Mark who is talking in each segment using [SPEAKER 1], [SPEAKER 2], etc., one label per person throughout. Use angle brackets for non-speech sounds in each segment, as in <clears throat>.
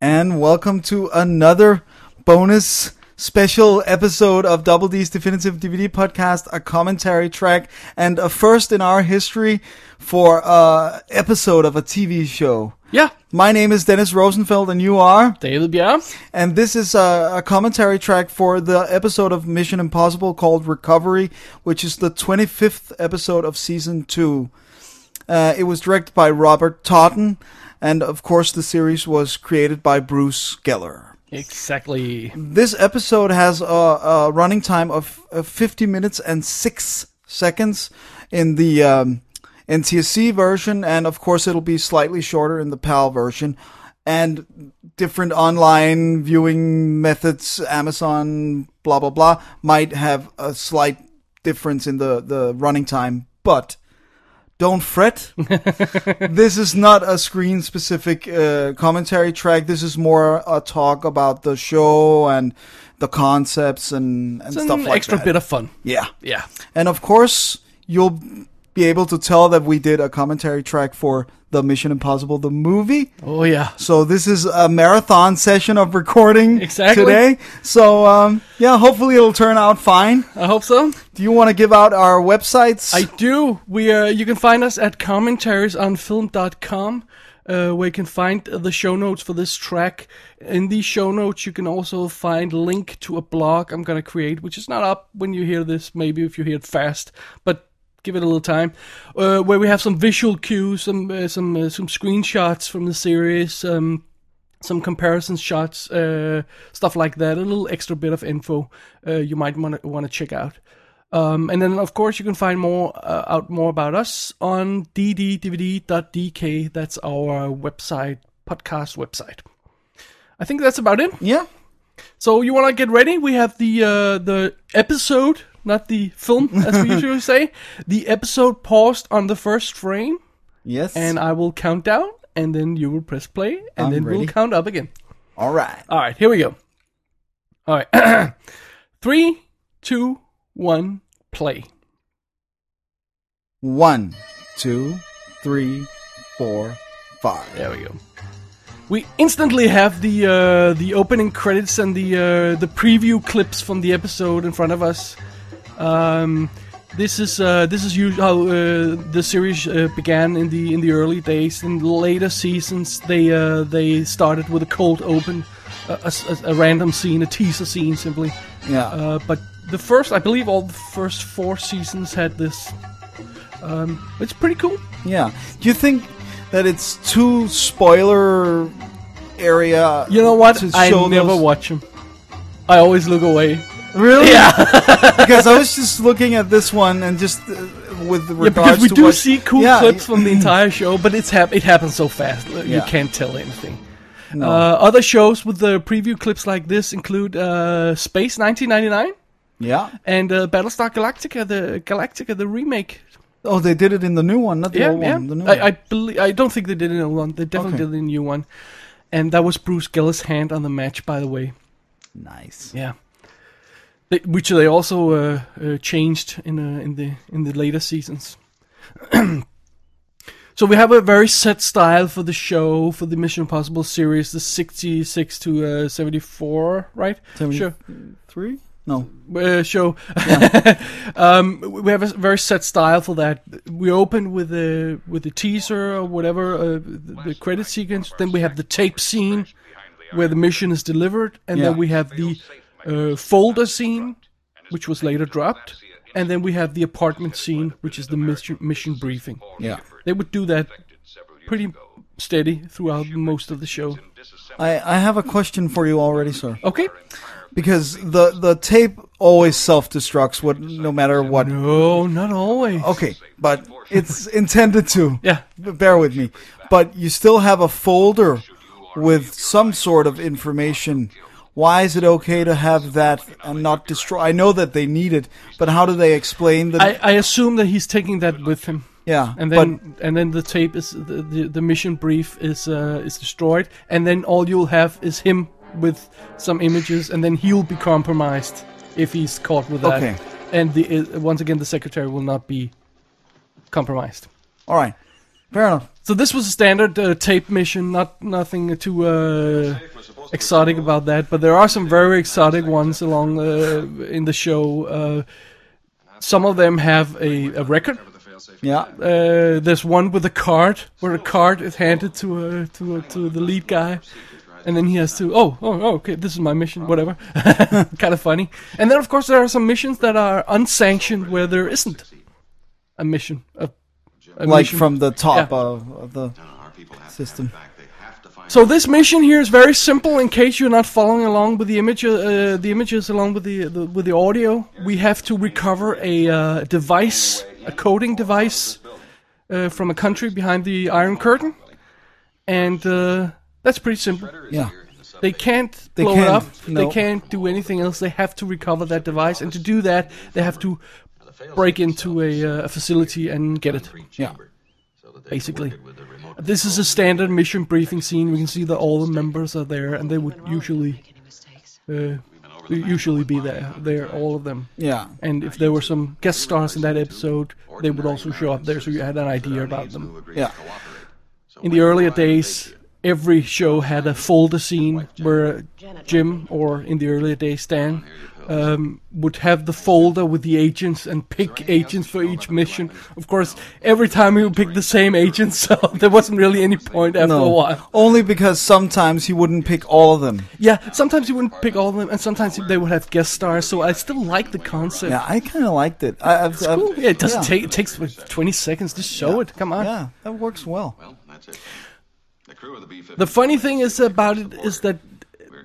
[SPEAKER 1] and welcome to another bonus special episode of Double D's Definitive DVD Podcast, a commentary track, and a first in our history for a episode of a TV show.
[SPEAKER 2] Yeah.
[SPEAKER 1] My name is Dennis Rosenfeld, and you are,
[SPEAKER 2] David Bjerg.
[SPEAKER 1] and this is a, a commentary track for the episode of Mission Impossible called Recovery, which is the 25th episode of season two. Uh, it was directed by Robert Totten, and of course, the series was created by Bruce Geller.
[SPEAKER 2] Exactly.
[SPEAKER 1] This episode has a, a running time of, of 50 minutes and 6 seconds in the um, NTSC version, and of course, it'll be slightly shorter in the PAL version. And different online viewing methods, Amazon, blah, blah, blah, might have a slight difference in the, the running time, but don't
[SPEAKER 2] <laughs>
[SPEAKER 1] fret. this is not a screen specific uh, commentary track. This is more a talk about the show and the concepts and, and
[SPEAKER 2] It's
[SPEAKER 1] stuff
[SPEAKER 2] an
[SPEAKER 1] like
[SPEAKER 2] extra
[SPEAKER 1] that.
[SPEAKER 2] bit of fun.
[SPEAKER 1] yeah.
[SPEAKER 2] Yeah.
[SPEAKER 1] And of course, you'll be able to tell that we did a commentary track for the Mission Impossible the movie.
[SPEAKER 2] Oh yeah.
[SPEAKER 1] So this is a marathon session of recording
[SPEAKER 2] Exactly.
[SPEAKER 1] today. So um, yeah, hopefully it'll turn out fine.
[SPEAKER 2] I hope so.
[SPEAKER 1] Do you want to give out our websites?
[SPEAKER 2] I do. We uh, you can find us at commentariesonfilm.com. Uh, where you can find the show notes for this track. In the show notes, you can also find link to a blog I'm gonna create, which is not up when you hear this. Maybe if you hear it fast, but give it a little time. Uh, where we have some visual cues, some uh, some uh, some screenshots from the series. Um, some comparison shots, uh, stuff like that. A little extra bit of info uh, you might want to want to check out. Um, and then, of course, you can find more uh, out more about us on dddvd.dk. That's our website, podcast website. I think that's about it.
[SPEAKER 1] yeah.
[SPEAKER 2] So you want to get ready? We have the uh, the episode, not the film,
[SPEAKER 1] <laughs>
[SPEAKER 2] as we usually say. The episode paused on the first frame,
[SPEAKER 1] Yes.
[SPEAKER 2] and I will count down, and then you will press play, and
[SPEAKER 1] I'm
[SPEAKER 2] then
[SPEAKER 1] ready.
[SPEAKER 2] we'll count up again.
[SPEAKER 1] all right.
[SPEAKER 2] All right, here we go. All right. <clears throat> Three, two, one, play.
[SPEAKER 1] One, two, three, four, five.
[SPEAKER 2] There we go. We instantly have the uh, the opening credits and the uh, the preview clips from the episode in front of us. Um, this is uh, this is usually how uh, the series uh, began in the in the early days. In later seasons, they uh, they started with a cold open, a- a s- a- a random scene, a teaser scene, simply.
[SPEAKER 1] Yeah.
[SPEAKER 2] Uh, but the first, I believe, all the first four seasons had this. Um, it's pretty cool.
[SPEAKER 1] yeah. Do you think that it's too spoiler area?
[SPEAKER 2] You know what?
[SPEAKER 1] to
[SPEAKER 2] I
[SPEAKER 1] show
[SPEAKER 2] never
[SPEAKER 1] those-
[SPEAKER 2] watch them. I always look away.
[SPEAKER 1] Really?
[SPEAKER 2] Yeah,
[SPEAKER 1] <laughs> because I was just looking at this one and just uh, with regards
[SPEAKER 2] yeah <laughs> because we
[SPEAKER 1] to
[SPEAKER 2] do
[SPEAKER 1] what-
[SPEAKER 2] see cool
[SPEAKER 1] Yeah, <clears throat>
[SPEAKER 2] clips from the entire show, but it's hap- it happens so fast. uh, You
[SPEAKER 1] Yeah.
[SPEAKER 2] can't tell anything.
[SPEAKER 1] No.
[SPEAKER 2] Uh, other shows with the preview clips like this include uh, Space 1999
[SPEAKER 1] yeah.
[SPEAKER 2] and uh, Battlestar Galactica, the Galactica, the remake.
[SPEAKER 1] Oh, they did it in the new one, not the
[SPEAKER 2] yeah,
[SPEAKER 1] old
[SPEAKER 2] yeah.
[SPEAKER 1] one. The new
[SPEAKER 2] I, I
[SPEAKER 1] one.
[SPEAKER 2] believe I don't think they did an old one. They definitely
[SPEAKER 1] Okay.
[SPEAKER 2] did a new one, and that was Bruce Gillis' hand on the match, by the way.
[SPEAKER 1] Nice.
[SPEAKER 2] Yeah. They, which they also uh, uh, changed in uh, in the in the later seasons. <clears throat> so we have a very set style for the show for the Mission Impossible series, the 66 to uh, 74, right?
[SPEAKER 1] Seventy-
[SPEAKER 2] Sure.
[SPEAKER 1] Three? No.
[SPEAKER 2] Uh, show. <laughs> um, we have a very set style for that. We open with a with a teaser or whatever, uh, the, the credit sequence. Then we have the tape scene where the mission is delivered, and then
[SPEAKER 1] Yeah.
[SPEAKER 2] we have the uh, folder scene, which was later dropped, and then we have the apartment scene, which is the mission mission briefing.
[SPEAKER 1] Yeah.
[SPEAKER 2] They would do that pretty steady throughout most of the show.
[SPEAKER 1] I, I have a question for you already, sir.
[SPEAKER 2] Okay.
[SPEAKER 1] Because the, the tape always self destructs, what no matter what.
[SPEAKER 2] No, not always.
[SPEAKER 1] Okay, but it's intended to.
[SPEAKER 2] Yeah.
[SPEAKER 1] B- Bear with me. But you still have a folder with some sort of information. Why is it okay to have that and not destroy? I know that they need it, but how do they explain the?
[SPEAKER 2] I, I assume that he's taking that with him.
[SPEAKER 1] yeah,
[SPEAKER 2] and then and then the tape is the, the, the mission brief is uh, is destroyed and then all you'll have is him with some images and then he'll be compromised if he's caught with that
[SPEAKER 1] Okay.
[SPEAKER 2] and the uh, once again the secretary will not be compromised
[SPEAKER 1] but all right. Fair enough.
[SPEAKER 2] So this was a standard uh, tape mission, not nothing too uh, exotic about that. But there are some very exotic ones along uh, in the show. Uh, some of them have a, a record.
[SPEAKER 1] Yeah.
[SPEAKER 2] Uh, there's one with a card, where a card is handed to uh, to to the lead guy, and then he has to. Oh, oh, oh, okay. This is my mission. Whatever. <laughs> kind of funny. And then of course there are some missions that are unsanctioned, where there isn't a mission. A, a
[SPEAKER 1] Like
[SPEAKER 2] mission.
[SPEAKER 1] from the top
[SPEAKER 2] Yeah.
[SPEAKER 1] of, of the system.
[SPEAKER 2] So this mission here is very simple. In case you're not following along with the image, uh, the images along with the, the with the audio, we have to recover a uh, device, a coding device, uh, from a country behind the Iron Curtain, and uh, that's pretty simple.
[SPEAKER 1] Yeah.
[SPEAKER 2] They can't
[SPEAKER 1] They
[SPEAKER 2] blow it
[SPEAKER 1] can't,
[SPEAKER 2] up. They
[SPEAKER 1] no.
[SPEAKER 2] can't do anything else. They have to recover that device, and to do that, they have to break into a, uh, a facility and get it.
[SPEAKER 1] Yeah.
[SPEAKER 2] Basically, this is a standard mission briefing scene. We can see that all the members are there, and they would usually
[SPEAKER 3] Any mistakes?
[SPEAKER 2] uh, usually be there. There, all of them.
[SPEAKER 1] Yeah.
[SPEAKER 2] And if there were some guest stars in that episode, they would also show up there, so you had an idea about them.
[SPEAKER 1] Yeah.
[SPEAKER 2] In the earlier days, every show had a folder scene where Jim, or in the earlier days Stan, um, would have the folder with the agents and pick agents for each mission. Of course, every time he would pick the same agents, <laughs> so there wasn't really any point after a while.
[SPEAKER 1] Only because sometimes he wouldn't pick all of them.
[SPEAKER 2] Yeah, sometimes he wouldn't pick all of them, and sometimes they would have guest stars, so I still like the concept.
[SPEAKER 1] Yeah, I kind of liked it. I, I've, I've,
[SPEAKER 2] Cool. Yeah, it doesn't
[SPEAKER 1] Um, yeah.
[SPEAKER 2] take. It takes like, 20 seconds to show it. Come on.
[SPEAKER 1] Yeah, that works well.
[SPEAKER 2] The funny thing is about it is that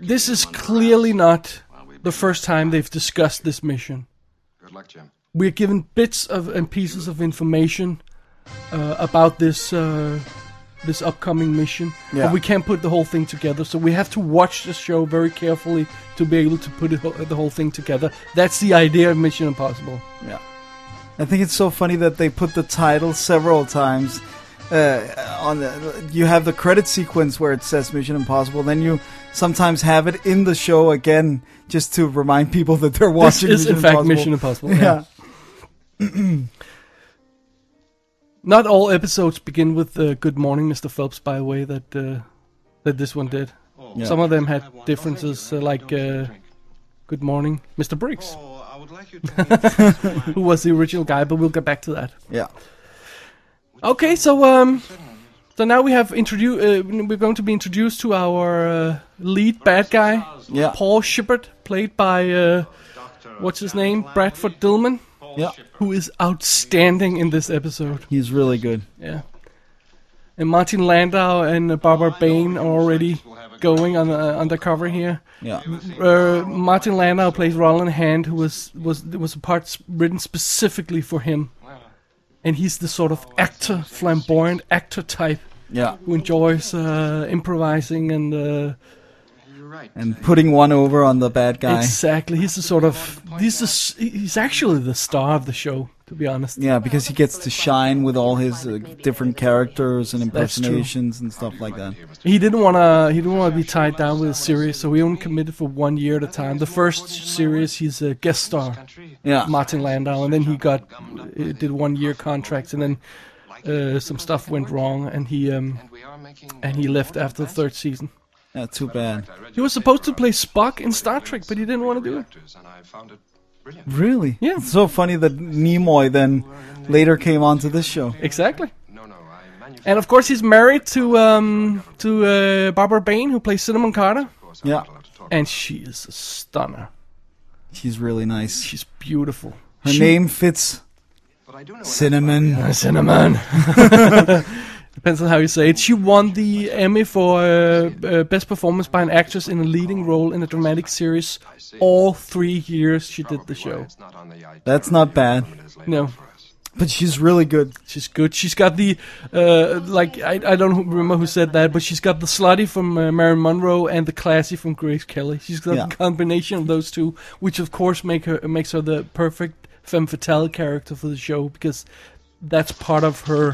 [SPEAKER 2] this is clearly not the first time they've discussed this mission.
[SPEAKER 4] Good luck, Jim.
[SPEAKER 2] We're given bits of and pieces of information uh, about this uh, this upcoming mission,
[SPEAKER 1] Yeah.
[SPEAKER 2] and we can't put the whole thing together. So we have to watch the show very carefully to be able to put it, the whole thing together. That's the idea of Mission Impossible.
[SPEAKER 1] Yeah. I think it's so funny that they put the title several times. Uh, on the, you have the credit sequence where it says Mission Impossible, then you sometimes have it in the show again just to remind people that they're
[SPEAKER 2] This
[SPEAKER 1] watching.
[SPEAKER 2] is
[SPEAKER 1] Mission
[SPEAKER 2] in fact
[SPEAKER 1] Impossible.
[SPEAKER 2] Mission
[SPEAKER 1] <laughs>
[SPEAKER 2] Impossible.
[SPEAKER 1] Yeah,
[SPEAKER 2] Not all episodes begin with uh, "Good morning, Mr. Phelps." By the way, that uh, that this one did.
[SPEAKER 1] Yeah.
[SPEAKER 2] Some of them had differences, uh, like uh, "Good morning, Mr. Briggs,"
[SPEAKER 4] Oh, I would like you <laughs> to.
[SPEAKER 2] who was the original guy. But we'll get back to that.
[SPEAKER 1] yeah.
[SPEAKER 2] Okay, so um, so now we have introduced. Uh, we're going to be introduced to our uh, lead bad guy,
[SPEAKER 1] Yeah.
[SPEAKER 2] Paul Shepard, played by uh, what's his name, Bradford Dillman,
[SPEAKER 1] Yeah,
[SPEAKER 2] who is outstanding in this episode.
[SPEAKER 1] he's really good.
[SPEAKER 2] Yeah. And Martin Landau and uh, Barbara Bain are already going on uh, undercover here.
[SPEAKER 1] Yeah,
[SPEAKER 2] Uh, Martin Landau plays Roland Hand, who was was was a part s- written specifically for him, and he's the sort of actor, flamboyant actor type
[SPEAKER 1] yeah,
[SPEAKER 2] who enjoys uh, improvising and uh,
[SPEAKER 1] and putting one over on the bad guy.
[SPEAKER 2] exactly. He's the sort of he's the, s- he's actually the star of the show, to be honest.
[SPEAKER 1] Yeah, because he gets to shine with all his uh, different characters and
[SPEAKER 2] That's true.
[SPEAKER 1] impersonations and stuff like that.
[SPEAKER 2] He didn't want to. He didn't want to be tied down with a series, so he only committed for one year at a time. The first series, he's a guest star,
[SPEAKER 1] Yeah,
[SPEAKER 2] Martin Landau, and then he got uh, did one year contracts, and then uh, some stuff went wrong, and he um,
[SPEAKER 4] We are making.
[SPEAKER 2] and he left after the third season.
[SPEAKER 1] yeah, too bad.
[SPEAKER 2] He was supposed to play Spock in Star Trek, but he didn't want to do it.
[SPEAKER 4] And I found it brilliant.
[SPEAKER 1] Really?
[SPEAKER 2] Yeah.
[SPEAKER 1] It's so funny that Nimoy then later came onto this show.
[SPEAKER 2] Exactly.
[SPEAKER 4] No, no, I manufactured.
[SPEAKER 2] And of course, he's married to um, to uh, Barbara Bain, who plays Cinnamon Carter,
[SPEAKER 4] Of course,
[SPEAKER 1] Yeah.
[SPEAKER 4] I'm not allowed to talk.
[SPEAKER 2] and she is a stunner.
[SPEAKER 1] She's really nice.
[SPEAKER 2] She's beautiful.
[SPEAKER 1] Her
[SPEAKER 2] She-
[SPEAKER 1] name fits
[SPEAKER 4] But I do know.
[SPEAKER 1] cinnamon.
[SPEAKER 2] Cinnamon. <laughs> Depends on how you say it. She won the Emmy for uh, uh, Best Performance by an Actress in a Leading Role in a Dramatic Series. All three years she did the show.
[SPEAKER 4] It's not on the idea.
[SPEAKER 1] That's not bad,
[SPEAKER 4] it is laid
[SPEAKER 2] No.
[SPEAKER 4] out for us.
[SPEAKER 1] but she's really good.
[SPEAKER 2] She's good. She's got the, uh, like, I, I don't remember who said that, but she's got the slutty from uh, Marilyn Monroe and the classy from Grace Kelly. She's got
[SPEAKER 1] Yeah.
[SPEAKER 2] the combination of those two, which of course make her makes her the perfect femme fatale character for the show because that's part of her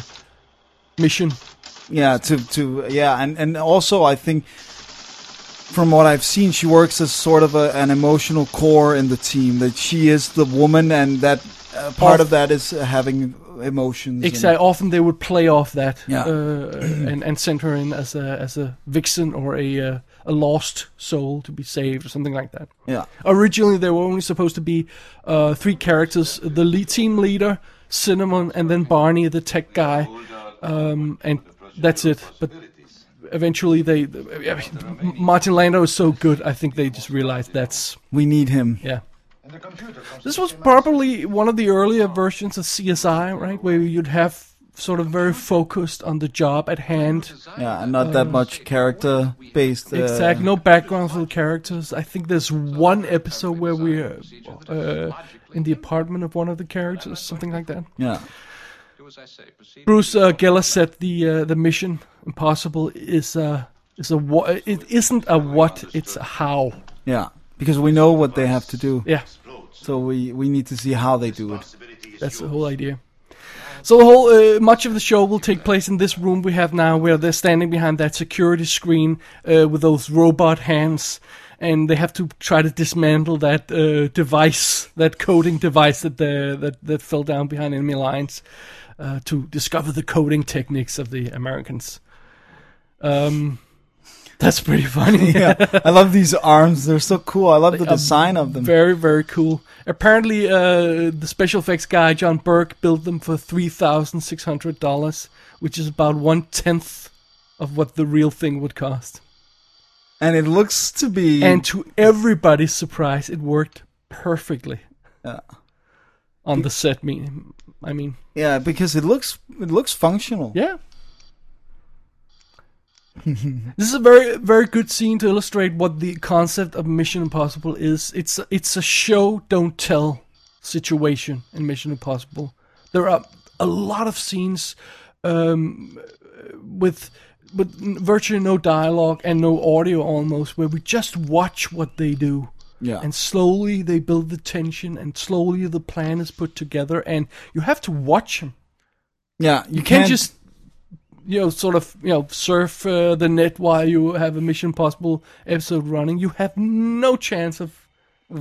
[SPEAKER 2] mission.
[SPEAKER 1] Yeah, to to yeah, and and also I think from what I've seen, she works as sort of a, an emotional core in the team. That she is the woman, and that uh, part
[SPEAKER 2] Of-
[SPEAKER 1] of that is uh, having emotions. and-
[SPEAKER 2] Exactly. Often they would play off that
[SPEAKER 1] Yeah.
[SPEAKER 2] uh, and and send her in as a as a vixen or a uh, a lost soul to be saved or something like that.
[SPEAKER 1] yeah.
[SPEAKER 2] Originally, there were only supposed to be uh, three characters: the lead team leader, Cinnamon, and then Barney, the tech guy, um, and that's it. But eventually, they I mean, Martin Landau is so good. I think they just realized that's
[SPEAKER 1] We need him.
[SPEAKER 2] yeah. This was probably one of the earlier versions of CSI, right, where you'd have sort of very focused on the job at hand.
[SPEAKER 1] Yeah, and not that much character based. Uh,
[SPEAKER 2] Exact. No background for the characters. I think there's one episode where we're uh, in the apartment of one of the characters, something like that.
[SPEAKER 1] Yeah.
[SPEAKER 4] Do as I say. Proceed.
[SPEAKER 2] Bruce uh, Geller said the uh, the Mission Impossible is a is a what it isn't a what it's a how.
[SPEAKER 1] Yeah. Because we know what they have to do.
[SPEAKER 2] Yeah,
[SPEAKER 1] So we, we need to see how they do it.
[SPEAKER 2] that's the whole idea. So the whole uh, much of the show will take place in this room we have now, where they're standing behind that security screen uh, with those robot hands, and they have to try to dismantle that uh, device, that coding device that the, that that fell down behind enemy lines, uh, to discover the coding techniques of the Americans. Um, that's pretty funny.
[SPEAKER 1] Yeah. I love these arms. They're so cool. I love the
[SPEAKER 2] are
[SPEAKER 1] design of them.
[SPEAKER 2] Very, very cool. Apparently, uh, the special effects guy John Burke built them for three thousand six hundred dollars, which is about one tenth of what the real thing would cost.
[SPEAKER 1] And it looks to be.
[SPEAKER 2] And to everybody's surprise, it worked perfectly.
[SPEAKER 1] Yeah.
[SPEAKER 2] On the set, mean, I mean,
[SPEAKER 1] yeah, because it looks it looks functional.
[SPEAKER 2] yeah. this is a very, very good scene to illustrate what the concept of Mission Impossible is. It's a, it's a show don't tell situation in Mission Impossible. There are a lot of scenes um, with with virtually no dialogue and no audio almost, where we just watch what they do.
[SPEAKER 1] Yeah.
[SPEAKER 2] And slowly they build the tension, and slowly the plan is put together, and you have to watch them.
[SPEAKER 1] Yeah, you,
[SPEAKER 2] You can't just you know sort of you know surf uh, the net while you have a Mission Possible episode running. You have no chance of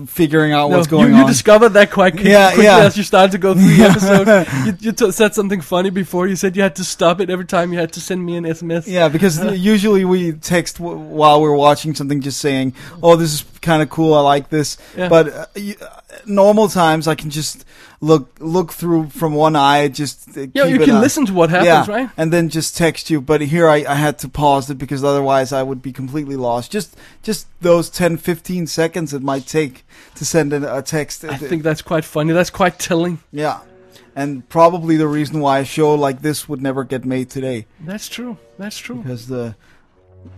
[SPEAKER 1] figuring out what's
[SPEAKER 2] no,
[SPEAKER 1] going
[SPEAKER 2] you, you
[SPEAKER 1] on.
[SPEAKER 2] <laughs> discovered that quite quick-
[SPEAKER 1] Yeah, <laughs>
[SPEAKER 2] quickly
[SPEAKER 1] yeah.
[SPEAKER 2] as you started to go through the episode. You, you t- said something funny before. You said you had to stop it every time you had to send me an SMS.
[SPEAKER 1] yeah,
[SPEAKER 2] <laughs>
[SPEAKER 1] because usually we text w- while we're watching something, just saying, "Oh, this is kind of cool. I like this."
[SPEAKER 2] Yeah.
[SPEAKER 1] But uh, you, uh, normal times, I can just look look through from one eye. Just uh,
[SPEAKER 2] Yeah,
[SPEAKER 1] keep
[SPEAKER 2] you
[SPEAKER 1] it
[SPEAKER 2] can
[SPEAKER 1] on.
[SPEAKER 2] listen to what happens,
[SPEAKER 1] yeah,
[SPEAKER 2] right?
[SPEAKER 1] and then just text you. But here, I, I had to pause it because otherwise, I would be completely lost. Just just those 10, 15 seconds it might take to send in a text. Uh,
[SPEAKER 2] I think that's quite funny. That's quite telling.
[SPEAKER 1] yeah, and probably the reason why a show like this would never get made today.
[SPEAKER 2] That's true. That's true.
[SPEAKER 1] Because the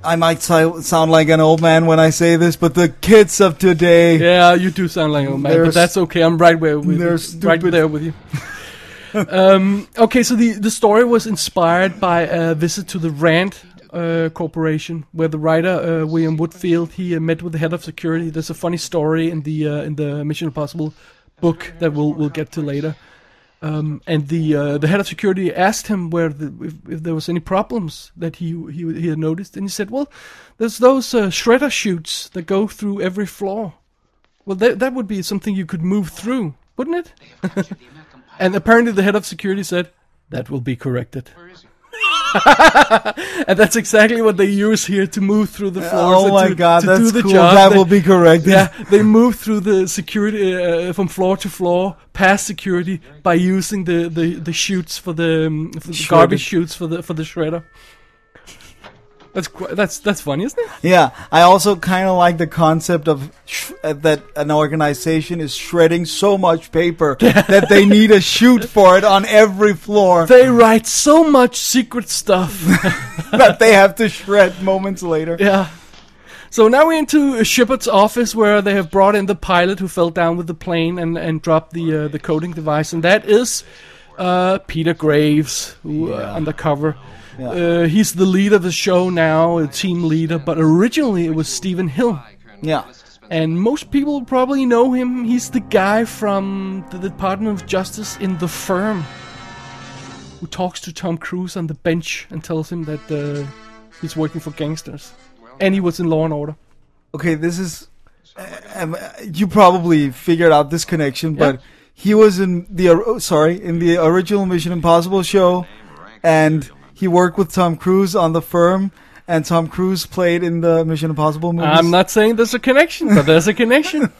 [SPEAKER 1] I might si- sound like an old man when I say this, but the kids of today,
[SPEAKER 2] Yeah, you do sound like a man, but
[SPEAKER 1] There's-
[SPEAKER 2] that's okay. I'm right where with
[SPEAKER 1] they're
[SPEAKER 2] you. right
[SPEAKER 1] stupid.
[SPEAKER 2] there
[SPEAKER 1] <laughs>
[SPEAKER 2] with you. um, okay, so the the story was inspired by a visit to the Rand uh, Corporation, where the writer uh, William Woodfield he uh, met with the head of security. There's a funny story in the uh, in the Mission Impossible book that we'll we'll get to later. Um, and the uh, the head of security asked him where the, if, if there was any problems that he he he had noticed, and he said, "Well, there's those uh, shredder chutes that go through every floor. Well, that that would be something you could move through, wouldn't it?" <laughs> and apparently, the head of security said, "That will be corrected." <laughs> and that's exactly what they use here to move through the floors.
[SPEAKER 1] oh
[SPEAKER 2] and
[SPEAKER 1] my
[SPEAKER 2] to,
[SPEAKER 1] god,
[SPEAKER 2] to do
[SPEAKER 1] that's
[SPEAKER 2] the
[SPEAKER 1] cool.
[SPEAKER 2] job
[SPEAKER 1] That
[SPEAKER 2] they-
[SPEAKER 1] will be correct.
[SPEAKER 2] <laughs> yeah, they move through the security uh, from floor to floor, past security by using the the the chutes for the, um, for the garbage chutes for the for the shredder. That's qu- that's that's funny, isn't it?
[SPEAKER 1] yeah. I also kind of like the concept of sh- uh, that an organization is shredding so much
[SPEAKER 2] <laughs>
[SPEAKER 1] paper that they need a chute for it on every
[SPEAKER 2] <laughs>
[SPEAKER 1] floor
[SPEAKER 2] They write so much secret stuff.
[SPEAKER 1] that they have to shred moments later.
[SPEAKER 2] yeah. So now we're into Shepard's office where they have brought in the pilot who fell down with the plane and, and dropped the uh, the coding device, and that is uh, Peter Graves, who uh, undercover. Uh, he's the lead of the show now, a team leader, but originally it was Stephen Hill.
[SPEAKER 1] Yeah,
[SPEAKER 2] And most people probably know him. He's the guy from the Department of Justice in The Firm who talks to Tom Cruise on the bench and tells him that uh, he's working for gangsters. And he was in Law and Order.
[SPEAKER 1] okay, this is. uh, um, uh, you probably figured out this connection, but he was in the or- oh, sorry in the original Mission Impossible show, and he worked with Tom Cruise on the firm, and Tom Cruise played in the Mission Impossible movies.
[SPEAKER 2] I'm
[SPEAKER 1] <laughs>
[SPEAKER 2] not saying there's a connection, but there's a connection.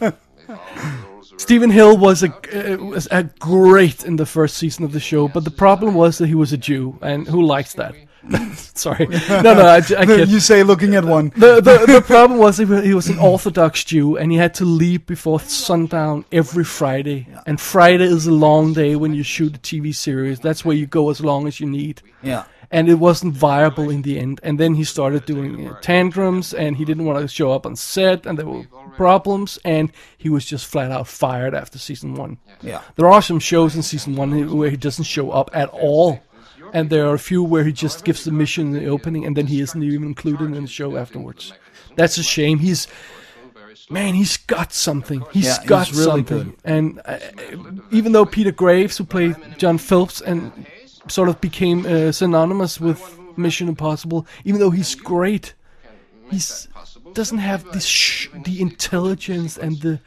[SPEAKER 2] Stephen Hill was a uh, was a great in the first season of the show, but the problem was that he was a Jew, and who likes that? <laughs> Sorry, no, no, I, j- I
[SPEAKER 1] <laughs>
[SPEAKER 2] kid.
[SPEAKER 1] you say looking at one.
[SPEAKER 2] The, the the problem was he wa- he was an Orthodox Jew, and he had to leave before sundown every Friday. And Friday is a long day when you shoot a TV series. That's where you go as long as you need
[SPEAKER 1] Yeah.
[SPEAKER 2] and it wasn't viable in the end. And then he started doing uh, tantrums, and he didn't want to show up on set, and there were problems, and he was just flat out fired after season one.
[SPEAKER 1] Yeah.
[SPEAKER 2] There are some shows in season one where he doesn't show up at all, and there are a few where he just gives the mission in the opening, and then he isn't even included in the show afterwards. That's a shame. He's Man, he's got something. He's
[SPEAKER 1] Yeah, he's
[SPEAKER 2] got
[SPEAKER 1] really
[SPEAKER 2] something.
[SPEAKER 1] good.
[SPEAKER 2] And uh, even though Peter Graves, who played John Phelps, and sort of became uh, synonymous with Mission Impossible, even though he's great, he's doesn't have this sh- the intelligence and the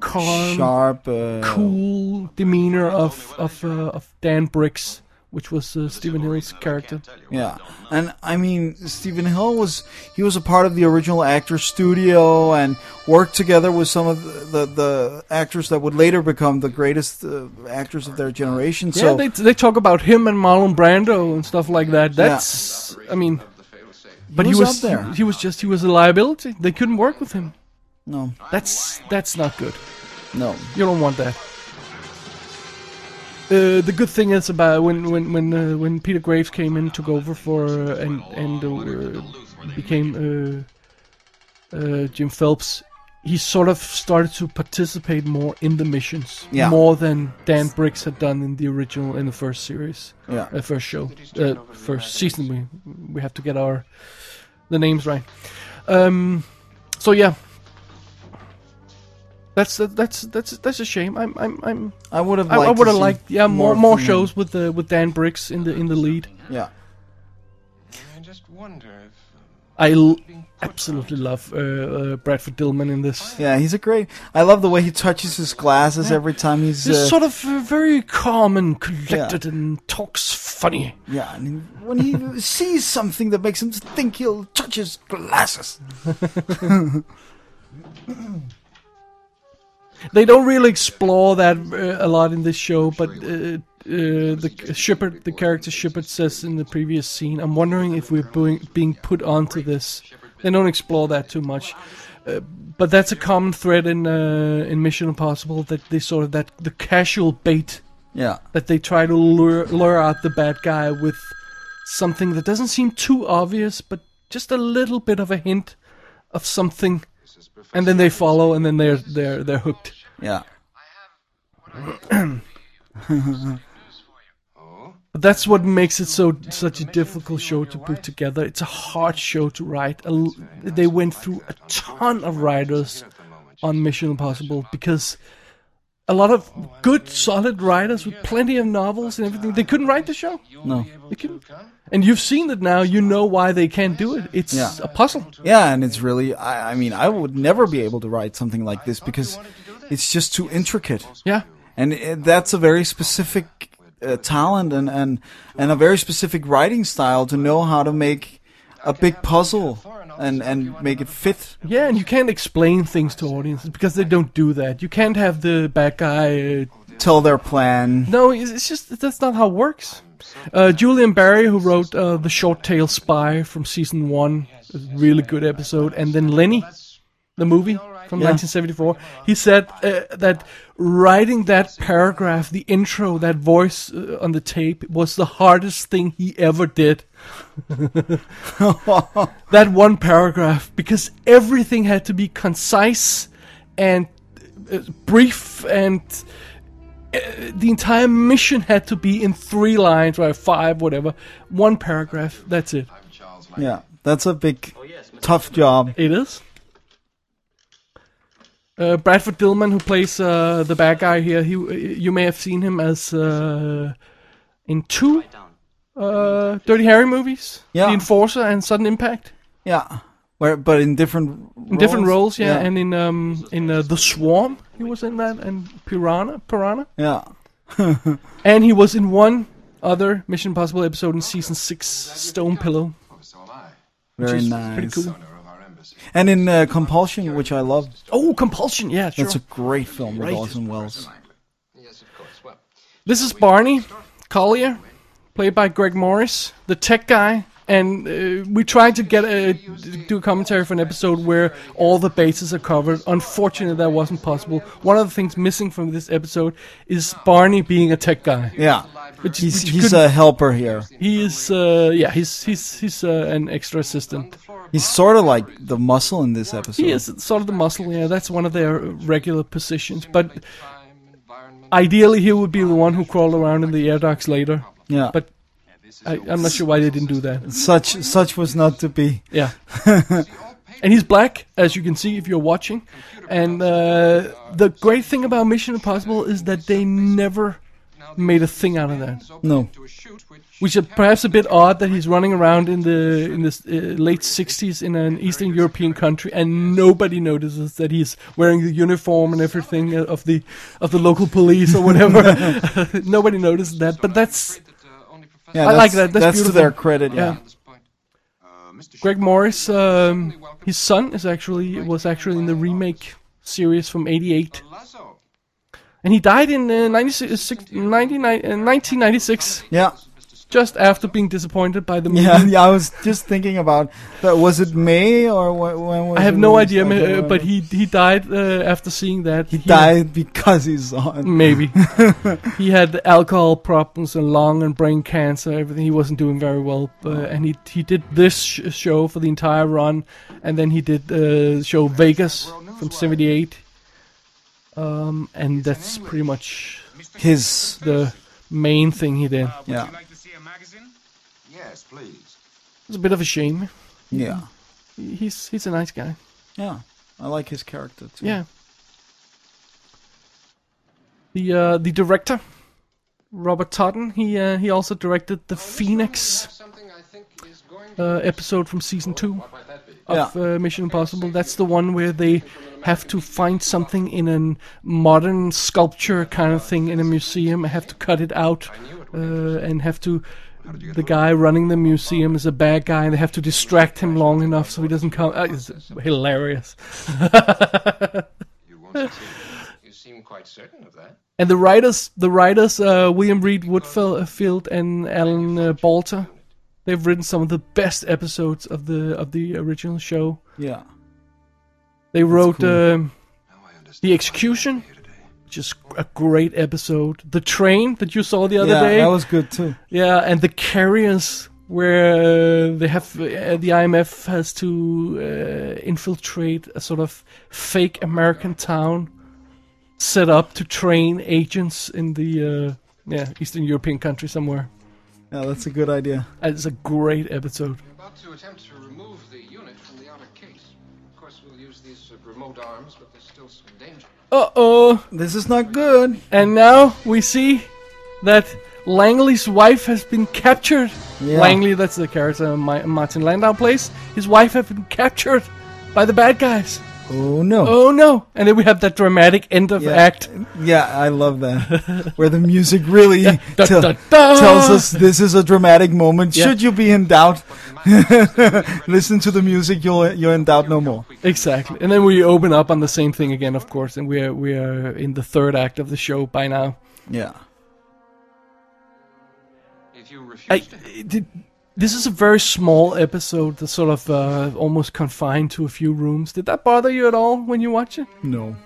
[SPEAKER 2] calm,
[SPEAKER 1] Sharp. Uh,
[SPEAKER 2] cool demeanor of of uh, of Dan Briggs, which was uh, Stephen Hill's character.
[SPEAKER 1] Yeah, and I mean Stephen Hill was he was a part of the original Actors Studio and worked together with some of the the, the actors that would later become the greatest uh, actors of their generation.
[SPEAKER 2] yeah,
[SPEAKER 1] so
[SPEAKER 2] they they talk about him and Marlon Brando and stuff like that. That's I mean. But he
[SPEAKER 1] was
[SPEAKER 2] was,
[SPEAKER 1] up there.
[SPEAKER 2] He, he was just he was a liability. They couldn't work with him.
[SPEAKER 1] no,
[SPEAKER 2] That's that's not good.
[SPEAKER 1] no,
[SPEAKER 2] You don't want that. Uh, the good thing is about when when when uh, when Peter Graves came in took over for uh, and and uh, became uh, uh, Jim Phelps, he sort of started to participate more in the missions,
[SPEAKER 1] Yeah.
[SPEAKER 2] more than Dan Briggs had done in the original in the first series,
[SPEAKER 1] yeah,
[SPEAKER 2] uh, first show, uh, first season. We we have to get our the names right. Um, so yeah, that's that's that's that's a shame. I'm I'm I'm
[SPEAKER 1] I would have
[SPEAKER 2] I,
[SPEAKER 1] liked
[SPEAKER 2] I would
[SPEAKER 1] to
[SPEAKER 2] have
[SPEAKER 1] see
[SPEAKER 2] liked yeah more more,
[SPEAKER 1] from him.
[SPEAKER 2] shows with the with Dan Briggs in the in the lead.
[SPEAKER 1] Yeah,
[SPEAKER 4] I just wonder if. uh,
[SPEAKER 2] I l- absolutely love uh, uh, Bradford Dillman in this.
[SPEAKER 1] yeah, he's a great. I love the way he touches his glasses every time he's
[SPEAKER 2] He's
[SPEAKER 1] uh,
[SPEAKER 2] sort of uh, very calm and collected and talks funny.
[SPEAKER 1] yeah, and he- when he sees something that makes him think he'll touch his glasses.
[SPEAKER 2] They don't really explore that uh, a lot in this show, but uh, uh, the c- Shepard, the character Shepard, says in the previous scene, "I'm wondering if we're being, being put onto this." They don't explore that too much, uh, but that's a common thread in uh, in Mission Impossible that they sort of that the casual bait
[SPEAKER 1] Yeah,
[SPEAKER 2] that they try to lure lure out the bad guy with something that doesn't seem too obvious, but just a little bit of a hint of something, and then they follow, and then they're they're they're hooked.
[SPEAKER 1] yeah,
[SPEAKER 2] But that's what makes it so such a difficult show to put together. It's a hard show to write. A l- They went through a ton of writers on Mission Impossible because a lot of good, solid writers with plenty of novels and everything, they couldn't write the show.
[SPEAKER 1] no,
[SPEAKER 2] They couldn't. And you've seen it now. You know why they can't do it. It's
[SPEAKER 1] Yeah.
[SPEAKER 2] a puzzle.
[SPEAKER 1] Yeah, and it's really, I, I mean, I would never be able to write something like this because it's just too intricate.
[SPEAKER 2] Yeah.
[SPEAKER 1] And it, that's a very specific uh, talent and, and, and a very specific writing style to know how to make a big puzzle and, and make it fit.
[SPEAKER 2] Yeah, and you can't explain things to audiences because they don't do that. You can't have the bad guy uh,
[SPEAKER 1] Tell their plan.
[SPEAKER 2] No, it's, it's just that's not how it works. Uh, Julian Barry, who wrote uh, the short tale Spy from season one, a really good episode, and then Lenny, the movie from
[SPEAKER 1] Yeah.
[SPEAKER 2] 1974, he said uh, that writing that paragraph, the intro, that voice uh, on the tape was the hardest thing he ever did. that one paragraph, because everything had to be concise and uh, brief and uh, the entire mission had to be in three lines or five, whatever. One paragraph. That's it.
[SPEAKER 1] Yeah, that's a big, tough job.
[SPEAKER 2] It is. Uh, Bradford Dillman, who plays uh, the bad guy here, he you may have seen him as uh, in two uh, Dirty Harry movies,
[SPEAKER 1] Yeah.
[SPEAKER 2] The Enforcer and Sudden Impact.
[SPEAKER 1] Yeah. Where, but in different roles?
[SPEAKER 2] In different roles, yeah, and in um in uh, the Swarm he was in that, and Piranha, Piranha,
[SPEAKER 1] yeah.
[SPEAKER 2] and he was in one other Mission Impossible episode in season six, Stone Pillow.
[SPEAKER 4] Oh, so am I.
[SPEAKER 1] Very
[SPEAKER 2] is
[SPEAKER 1] nice.
[SPEAKER 2] pretty cool.
[SPEAKER 4] Owner of our embassy.
[SPEAKER 1] And in uh, Compulsion, which I love.
[SPEAKER 2] Oh, Compulsion, yeah, sure.
[SPEAKER 1] That's a great film with Orson Welles.
[SPEAKER 4] Yes, of course. Well,
[SPEAKER 2] This is Barney Collier, played by Greg Morris, the tech guy. And uh, we tried to get a, do a commentary for an episode where all the bases are covered. Unfortunately, that wasn't possible. One of the things missing from this episode is Barney being a tech guy.
[SPEAKER 1] Yeah,
[SPEAKER 2] Which-
[SPEAKER 1] he's
[SPEAKER 2] which
[SPEAKER 1] he's
[SPEAKER 2] couldn't-
[SPEAKER 1] a helper here.
[SPEAKER 2] He is, uh, yeah, he's he's he's uh, an extra assistant.
[SPEAKER 1] He's sort of like the muscle in this episode.
[SPEAKER 2] He is sort of the muscle. Yeah, that's one of their regular positions. But
[SPEAKER 4] time, environment.
[SPEAKER 2] ideally, he would be the one who crawled around in the air ducts later.
[SPEAKER 1] Yeah,
[SPEAKER 2] But I, I'm not sure why they didn't do that.
[SPEAKER 1] such such was not to be.
[SPEAKER 2] Yeah. and he's black, as you can see if you're watching. And uh, the great thing about Mission Impossible is that they never made a thing out of that.
[SPEAKER 1] No,
[SPEAKER 4] To a shoot which
[SPEAKER 2] Which is perhaps a bit odd that he's running around in the in the uh, late 60s in an Eastern European country and nobody notices that he's wearing the uniform and everything of the of the local police or whatever. <laughs> nobody notices that, but that's
[SPEAKER 4] that uh, only Professor
[SPEAKER 1] yeah,
[SPEAKER 2] I
[SPEAKER 1] that's-
[SPEAKER 2] like that, that's
[SPEAKER 1] That's to
[SPEAKER 2] beautiful.
[SPEAKER 1] their credit. Yeah.
[SPEAKER 2] Yeah.
[SPEAKER 4] at this point. Uh, Mr.
[SPEAKER 2] Greg Morris, um, his son is actually was actually in the remake series from '88,
[SPEAKER 4] Lasso.
[SPEAKER 2] and he died in uh, 96, 99 uh, 1996,
[SPEAKER 1] yeah.
[SPEAKER 2] just after being disappointed by the movie.
[SPEAKER 1] Yeah, <laughs> yeah, I was just thinking about that. Was it May or wh- when was
[SPEAKER 2] I have
[SPEAKER 1] it <laughs>
[SPEAKER 2] no
[SPEAKER 1] released?
[SPEAKER 2] idea,
[SPEAKER 1] I
[SPEAKER 2] ma-
[SPEAKER 1] don't
[SPEAKER 2] uh, but
[SPEAKER 1] remember.
[SPEAKER 2] he he died uh, after seeing that. He,
[SPEAKER 1] died because he's on.
[SPEAKER 2] Maybe he had alcohol problems and lung and brain cancer. Everything he wasn't doing very well, uh, and he he did this sh- show for the entire run, and then he did uh, show Vegas from '78, um, and that's pretty much
[SPEAKER 1] His
[SPEAKER 2] the main thing he did.
[SPEAKER 1] yeah,
[SPEAKER 3] like to see a magazine?
[SPEAKER 4] Yes, please.
[SPEAKER 2] It's a bit of a shame.
[SPEAKER 1] yeah,
[SPEAKER 2] He's he's a nice guy.
[SPEAKER 1] yeah. I like his character too.
[SPEAKER 2] Yeah. The uh, the director, Robert Totten, he uh, he also directed the Phoenix.
[SPEAKER 4] Something I think is going to...
[SPEAKER 2] uh, episode from season two
[SPEAKER 4] What might that be?
[SPEAKER 2] of uh, Mission Impossible. That's the one where they have to find something in a modern sculpture kind of thing in a museum. and have to cut it out uh, and have to. The guy running the museum is a bad guy, and they have to distract him long enough so he doesn't come. Uh, it's hilarious. <laughs>
[SPEAKER 4] You won't succeed. <laughs> You seem quite certain of that.
[SPEAKER 2] And the writers, the writers, uh, William Reed Woodfield uh, and Alan uh, Balter, they've written some of the best episodes of the of the original show.
[SPEAKER 1] yeah.
[SPEAKER 2] They wrote
[SPEAKER 1] cool.
[SPEAKER 2] um,
[SPEAKER 4] Now I understand.
[SPEAKER 2] The Execution,
[SPEAKER 4] Here today.
[SPEAKER 2] which is a great episode. The Train that you saw the other
[SPEAKER 1] yeah,
[SPEAKER 2] day.
[SPEAKER 1] that was good too.
[SPEAKER 2] yeah, and The Carriers, where they have uh, the IMF has to uh, infiltrate a sort of fake American town set up to train agents in the uh, yeah Eastern European country somewhere.
[SPEAKER 1] Yeah, that's a good idea.
[SPEAKER 2] And It's a great episode.
[SPEAKER 4] About to attempt to remove the unit from the outer case. Of course, we'll use these uh, remote arms, but there's still some danger.
[SPEAKER 2] Uh oh.
[SPEAKER 1] This is not good.
[SPEAKER 2] And now we see that Langley's wife has been captured.
[SPEAKER 1] Yeah.
[SPEAKER 2] Langley, that's the character my, Martin Landau plays. His wife has been captured by the bad guys.
[SPEAKER 1] Oh no.
[SPEAKER 2] Oh no! And then we have that dramatic end of
[SPEAKER 1] Yeah.
[SPEAKER 2] act.
[SPEAKER 1] Yeah, I love that. Where the music really
[SPEAKER 2] <laughs> Da,
[SPEAKER 1] <laughs> tell-
[SPEAKER 2] da, da.
[SPEAKER 1] tells us this is a dramatic moment.
[SPEAKER 2] Yeah.
[SPEAKER 1] Should you be in doubt, <laughs> listen to the music. You'll you're in doubt no more.
[SPEAKER 2] Exactly. And then we open up on the same thing again, of course, and we are we are in the third act of the show by now.
[SPEAKER 1] Yeah.
[SPEAKER 4] If you
[SPEAKER 2] I,
[SPEAKER 4] refuse to help,
[SPEAKER 2] it- this is a very small episode that's sort of uh, almost confined to a few rooms. Did that bother you at all when you watch it?
[SPEAKER 1] No.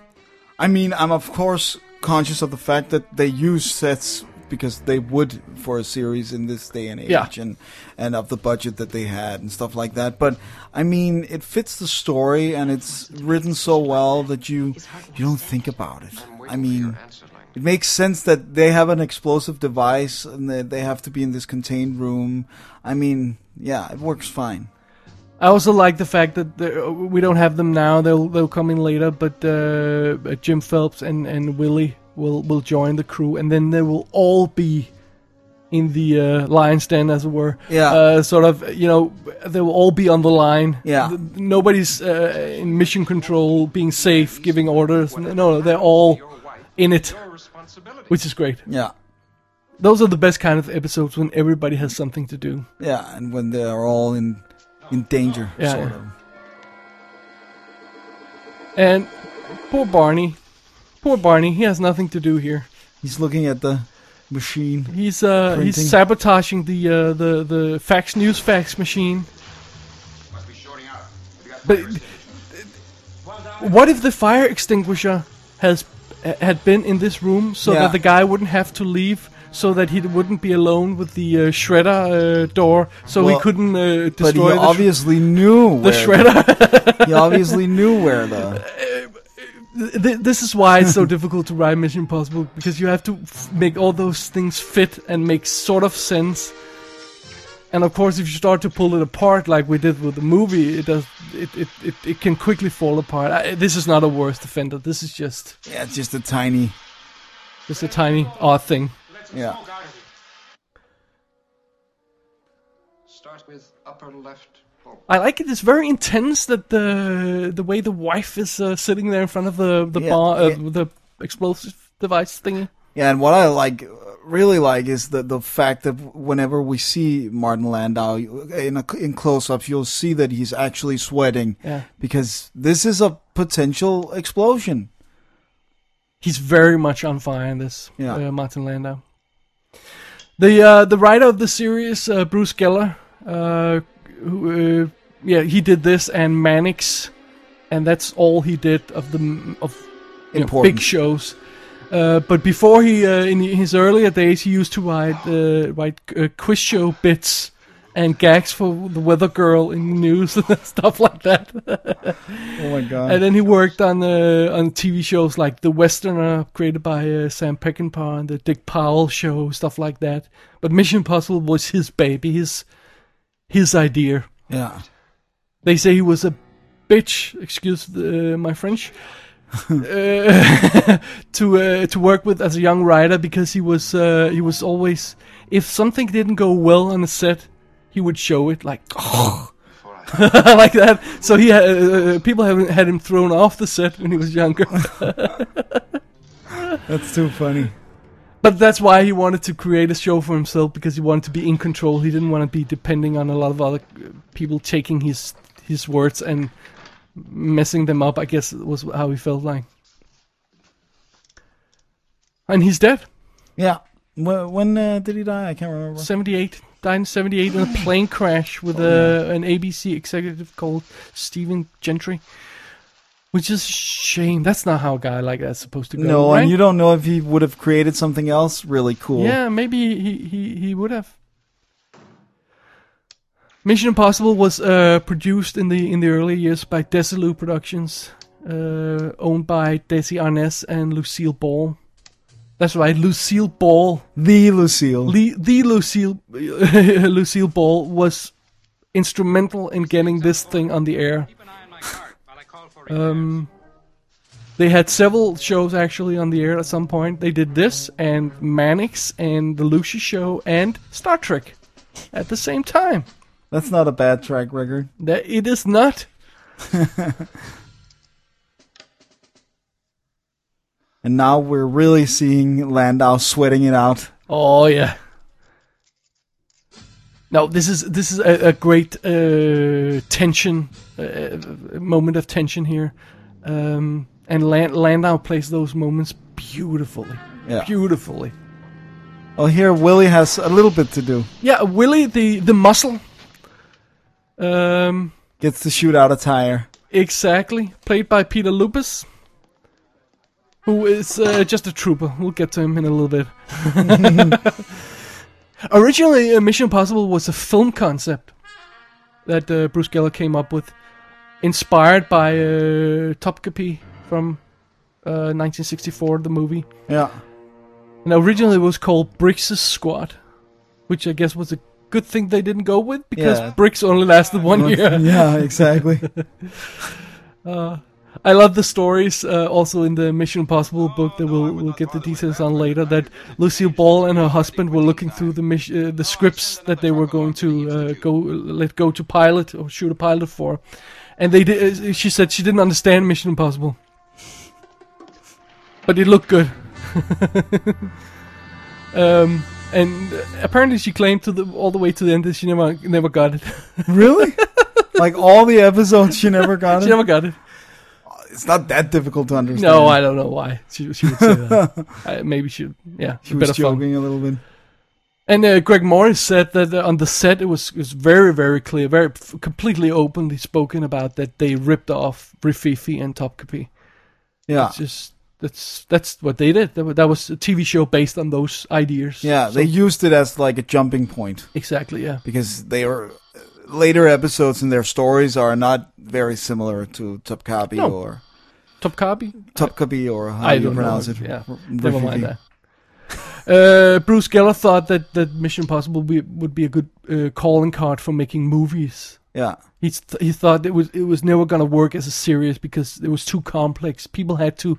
[SPEAKER 1] I mean, I'm of course conscious of the fact that they use sets because they would for a series in this day and age
[SPEAKER 2] Yeah.
[SPEAKER 1] and and of the budget that they had and stuff like that. But I mean, it fits the story and it's written so well that you you don't think about it.
[SPEAKER 4] I'm
[SPEAKER 1] I
[SPEAKER 4] waiting for
[SPEAKER 1] mean,
[SPEAKER 4] your answer, Lang.
[SPEAKER 1] it makes sense that they have an explosive device and that they have to be in this contained room. I mean, yeah, it works fine.
[SPEAKER 2] I also like the fact that the- we don't have them now. They'll they'll come in later, but uh, Jim Phelps and and Willie will will join the crew, and then they will all be in the uh, lion's den, as it were.
[SPEAKER 1] Yeah.
[SPEAKER 2] Uh, sort of, you know, they will all be on the line.
[SPEAKER 1] Yeah.
[SPEAKER 2] Th- Nobody's uh, in mission control, being safe, giving orders. No, no, they're all
[SPEAKER 4] Your wife,
[SPEAKER 2] in it,
[SPEAKER 4] your responsibility.
[SPEAKER 2] which is great.
[SPEAKER 1] Yeah.
[SPEAKER 2] Those are the best kind of episodes when everybody has something to do.
[SPEAKER 1] Yeah, and when they are all in in danger,
[SPEAKER 2] Yeah,
[SPEAKER 1] sort
[SPEAKER 2] yeah.
[SPEAKER 1] of.
[SPEAKER 2] And poor Barney. Poor Barney, he has nothing to do here.
[SPEAKER 1] He's looking at the machine.
[SPEAKER 2] He's uh
[SPEAKER 1] Printing.
[SPEAKER 2] he's sabotaging the uh, the the fax news fax machine.
[SPEAKER 4] Must be shorting out. Have you
[SPEAKER 2] But
[SPEAKER 4] got fire extinguisher? Well, down.
[SPEAKER 2] what if the fire extinguisher has had been in this room so
[SPEAKER 1] Yeah.
[SPEAKER 2] that the guy wouldn't have to leave so that he wouldn't be alone with the uh, shredder uh, door so
[SPEAKER 1] Well,
[SPEAKER 2] he couldn't
[SPEAKER 1] But
[SPEAKER 2] uh,
[SPEAKER 1] he
[SPEAKER 2] destroy the, sh-
[SPEAKER 1] obviously knew where
[SPEAKER 2] the shredder
[SPEAKER 1] he obviously knew where
[SPEAKER 2] <laughs>
[SPEAKER 1] the
[SPEAKER 2] Th- this is why
[SPEAKER 1] <laughs>
[SPEAKER 2] it's so difficult to write mission impossible because you have to f- make all those things fit and make sort of sense and of course if you start to pull it apart like we did with the movie it does it it, it, it can quickly fall apart I, this is not a worst offender this is just
[SPEAKER 1] yeah, it's just a tiny
[SPEAKER 2] just a tiny odd thing
[SPEAKER 4] Let's
[SPEAKER 1] Yeah.
[SPEAKER 4] smoke out of here. Start with upper left. Oh,
[SPEAKER 2] I like it. It's very intense that the the way the wife is uh, sitting there in front of the the
[SPEAKER 1] Yeah,
[SPEAKER 2] bar, uh,
[SPEAKER 1] yeah.
[SPEAKER 2] the explosive device thingy.
[SPEAKER 1] Yeah, and what I like, really like, is the the fact that whenever we see Martin Landau you- in a, in close-ups, you'll see that he's actually sweating.
[SPEAKER 2] Yeah.
[SPEAKER 1] Because this is a potential explosion.
[SPEAKER 2] He's very much on fire in this.
[SPEAKER 1] Yeah.
[SPEAKER 2] Uh, Martin Landau. The uh, the writer of the series, uh, Bruce Geller, uh, who, uh, yeah, he did this and Mannix, and that's all he did of the m- of you know,
[SPEAKER 1] Important.
[SPEAKER 2] big shows. Uh, but before he, uh, in his earlier days, he used to write uh, write uh, quiz show bits and gags for the Weather Girl in the news <laughs> and stuff like that. <laughs>
[SPEAKER 1] Oh my god!
[SPEAKER 2] and then he worked on uh, on TV shows like The Westerner, created by uh, Sam Peckinpah, and the Dick Powell show, stuff like that. But Mission Impossible was his baby, his his idea.
[SPEAKER 1] yeah,
[SPEAKER 2] They say he was a bitch. Excuse uh, my French. uh, <laughs> to uh, to work with as a young writer because he was uh, he was always if something didn't go well on a set he would show it like <laughs>
[SPEAKER 4] before I
[SPEAKER 2] like that so he had, uh, people have had him thrown off the set when he was younger
[SPEAKER 1] that's too funny.
[SPEAKER 2] but that's why he wanted to create a show for himself because he wanted to be in control he didn't want to be depending on a lot of other uh, people taking his his words and messing them up I guess was how he felt like and he's dead
[SPEAKER 1] Yeah. When, when uh, did he die? I can't remember.
[SPEAKER 2] 78 died in 78 in a plane crash with a, an abc executive called stephen gentry which is a shame that's not how a guy like that's supposed to go
[SPEAKER 1] no,
[SPEAKER 2] right?
[SPEAKER 1] and you don't know if he would have created something else really cool.
[SPEAKER 2] yeah maybe he, he, he would have mission impossible was uh, produced in the in the early years by desilu productions uh, owned by desi arnaz and lucille ball that's right lucille ball
[SPEAKER 1] The Lucille.
[SPEAKER 2] Le- the Lucille <laughs> Lucille Ball was instrumental in getting this thing on the air.
[SPEAKER 4] Keep an eye on my card while I call for
[SPEAKER 2] Um, they had several shows actually on the air at some point. They did this and Mannix and the Lucia Show and Star Trek at the same time.
[SPEAKER 1] that's not a bad track record.
[SPEAKER 2] That it is not.
[SPEAKER 1] And now we're really seeing Landau sweating it out.
[SPEAKER 2] Oh yeah. No, this is this is a, a great uh, tension uh, moment of tension here, um, and Land- Landau plays those moments beautifully,
[SPEAKER 1] Yeah.
[SPEAKER 2] beautifully.
[SPEAKER 1] Oh, here Willie has a little bit to do.
[SPEAKER 2] Yeah, Willie the the muscle. Um,
[SPEAKER 1] Gets to shoot out a tire.
[SPEAKER 2] exactly, played by Peter Lupus, who is uh, just a trooper. We'll get to him in a little bit. <laughs> Originally, uh, Mission Impossible was a film concept that uh, Bruce Geller came up with, inspired by uh, Topkapi from uh, 1964, the movie. <laughs>
[SPEAKER 1] Yeah.
[SPEAKER 2] And originally it was called Briggs' Squad, which I guess was a good thing they didn't go with because
[SPEAKER 1] Yeah. <laughs>
[SPEAKER 2] Briggs only lasted one year.
[SPEAKER 1] Yeah, exactly.
[SPEAKER 2] I love the stories uh, also in the Mission Impossible book that we'll, we'll get the details on later that Lucille Ball and her husband were looking through the mis- uh, the scripts that they were going to uh, go let go to pilot or shoot a pilot for and they did, uh, she said she didn't understand Mission Impossible but it looked good <laughs> um, and apparently she claimed to the all the way to the end that she never never got it
[SPEAKER 1] Really? like all the episodes, she never got
[SPEAKER 2] <laughs> she <laughs>
[SPEAKER 1] it.
[SPEAKER 2] never got it
[SPEAKER 1] It's not that difficult to understand.
[SPEAKER 2] No, I don't know why she, she would say
[SPEAKER 1] <laughs>
[SPEAKER 2] that. I, maybe she, yeah,
[SPEAKER 1] She
[SPEAKER 2] a
[SPEAKER 1] was
[SPEAKER 2] bit of fun.
[SPEAKER 1] joking a little bit.
[SPEAKER 2] And uh, Greg Morris said that uh, on the set it was it was very very clear, very f- completely openly spoken about that they ripped off Rififi and Top Kapi.
[SPEAKER 1] Yeah.
[SPEAKER 2] It's Just that's that's what they did. That, wa- that was a TV show based on those ideas.
[SPEAKER 1] Yeah,
[SPEAKER 2] So-
[SPEAKER 1] they used it as like a jumping point
[SPEAKER 2] exactly. Yeah,
[SPEAKER 1] because they are later episodes and their stories are not very similar to Top Copy
[SPEAKER 2] No.
[SPEAKER 1] or
[SPEAKER 2] Top Kapi.
[SPEAKER 1] Top Copy or how
[SPEAKER 2] I
[SPEAKER 1] you
[SPEAKER 2] don't
[SPEAKER 1] pronounce
[SPEAKER 2] know.
[SPEAKER 1] it.
[SPEAKER 2] Yeah,
[SPEAKER 1] R-
[SPEAKER 2] never
[SPEAKER 1] Rififi.
[SPEAKER 2] mind that. Uh, Bruce Geller thought that, that Mission Impossible be, would be a good uh, calling card for making movies.
[SPEAKER 1] Yeah,
[SPEAKER 2] He th- he thought it was it was never gonna work as a series because it was too complex. People had to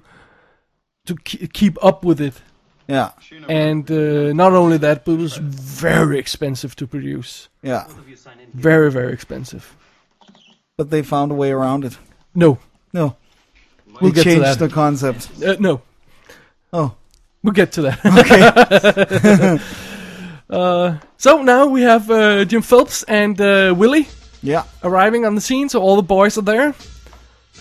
[SPEAKER 2] to ke- keep up with it,
[SPEAKER 1] yeah,
[SPEAKER 2] and uh, not only that, but it was very expensive to produce.
[SPEAKER 1] yeah.
[SPEAKER 2] Very very expensive.
[SPEAKER 1] But they found a way around it.
[SPEAKER 2] No,
[SPEAKER 1] No,
[SPEAKER 2] we'll
[SPEAKER 1] they
[SPEAKER 2] get to
[SPEAKER 1] changed
[SPEAKER 2] that.
[SPEAKER 1] the concept.
[SPEAKER 2] Uh, no,
[SPEAKER 1] Oh,
[SPEAKER 2] we'll get to that.
[SPEAKER 1] okay.
[SPEAKER 2] <laughs> uh, so now we have uh, Jim Phelps and uh, Willie
[SPEAKER 1] yeah,
[SPEAKER 2] arriving on the scene. So all the boys are there.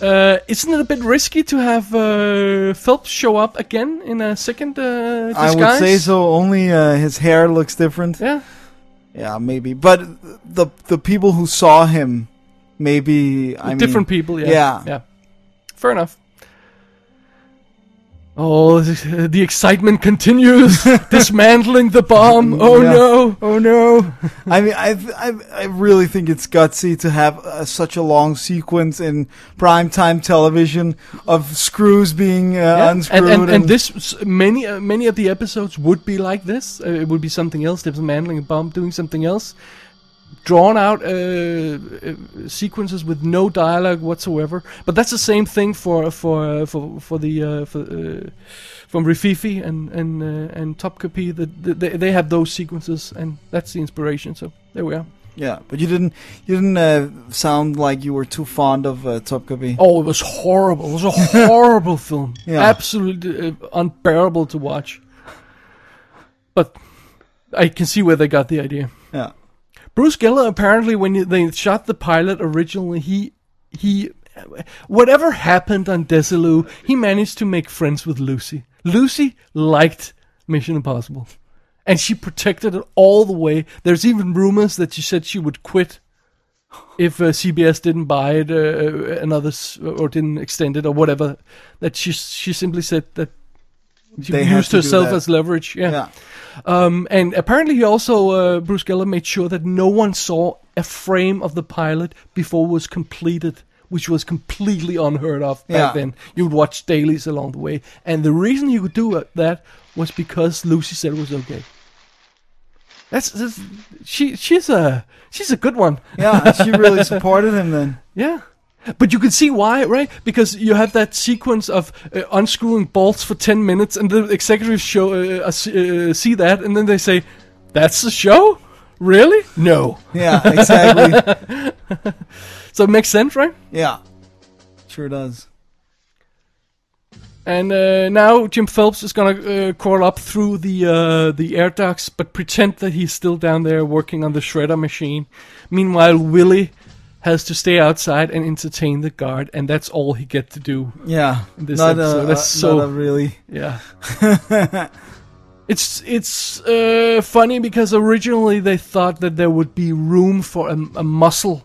[SPEAKER 2] Uh, isn't it a bit risky to have uh, Phelps show up again in a second uh,
[SPEAKER 1] I
[SPEAKER 2] disguise?
[SPEAKER 1] would say so. Only uh, his hair looks different.
[SPEAKER 2] Yeah.
[SPEAKER 1] Yeah, maybe. But the the people who saw him, maybe I mean,
[SPEAKER 2] different people. Yeah.
[SPEAKER 1] yeah.
[SPEAKER 2] Fair enough. Oh, this- uh, the excitement
[SPEAKER 1] <laughs>
[SPEAKER 2] continues. Dismantling the bomb. Oh
[SPEAKER 1] Yeah.
[SPEAKER 2] no.
[SPEAKER 1] Oh no! I mean, I, I I really think it's gutsy to have uh, such a long sequence in primetime television of screws being uh,
[SPEAKER 2] And,
[SPEAKER 1] unscrewed.
[SPEAKER 2] and, and, this s- many uh, many of the episodes would be like this. Uh, it would be something else, dismantling a bomb, doing something else, drawn out uh, uh, sequences with no dialogue whatsoever. But that's the same thing for for uh, for for the uh, for, uh, from Rififi and and uh, and Top Kapi. The, the, they they have those sequences, and that's the inspiration. So there we are.
[SPEAKER 1] yeah, but you didn't you didn't uh, sound like you were too fond of uh, Top Copy.
[SPEAKER 2] Oh, it was horrible. It was a horrible film.
[SPEAKER 1] Yeah.
[SPEAKER 2] Absolutely uh, unbearable to watch. But I can see where they got the idea.
[SPEAKER 1] Yeah,
[SPEAKER 2] Bruce Geller apparently when they shot the pilot originally, he he whatever happened on Desilu, he managed to make friends with Lucy. Lucy liked Mission Impossible. And she protected it all the way. There's even rumors that she said she would quit if uh, CBS didn't buy it uh, another s- or didn't extend it or whatever. That she she simply said that she
[SPEAKER 1] They had
[SPEAKER 2] used
[SPEAKER 1] to do
[SPEAKER 2] herself
[SPEAKER 1] that.
[SPEAKER 2] as leverage.
[SPEAKER 1] yeah,
[SPEAKER 2] Um, and apparently, he also uh, Bruce Geller made sure that no one saw a frame of the pilot before it was completed, which was completely unheard of back
[SPEAKER 1] Yeah.
[SPEAKER 2] then. You would watch dailies along the way, and the reason he could do it- that was because Lucy said it was okay. That's, that's she. She's a she's a good one.
[SPEAKER 1] yeah. and She really supported him then.
[SPEAKER 2] Yeah. But you can see why, right? Because you have that sequence of uh, unscrewing bolts for 10 minutes, and the executives show uh, uh, s- uh, see that, and then they say, That's the show? Really? No.
[SPEAKER 1] Yeah, exactly.
[SPEAKER 2] So it makes sense, right?
[SPEAKER 1] yeah, sure does.
[SPEAKER 2] And uh, now Jim Phelps is gonna uh, crawl up through the uh, the air ducts, but pretend that he's still down there working on the shredder machine. Meanwhile, Willie has to stay outside and entertain the guard, and that's all he gets to do.
[SPEAKER 1] Yeah,
[SPEAKER 2] This
[SPEAKER 1] not
[SPEAKER 2] episode
[SPEAKER 1] a,
[SPEAKER 2] is
[SPEAKER 1] a-
[SPEAKER 2] so-
[SPEAKER 1] not a really.
[SPEAKER 2] Yeah. it's it's uh, funny because originally they thought that there would be room for a, a muscle,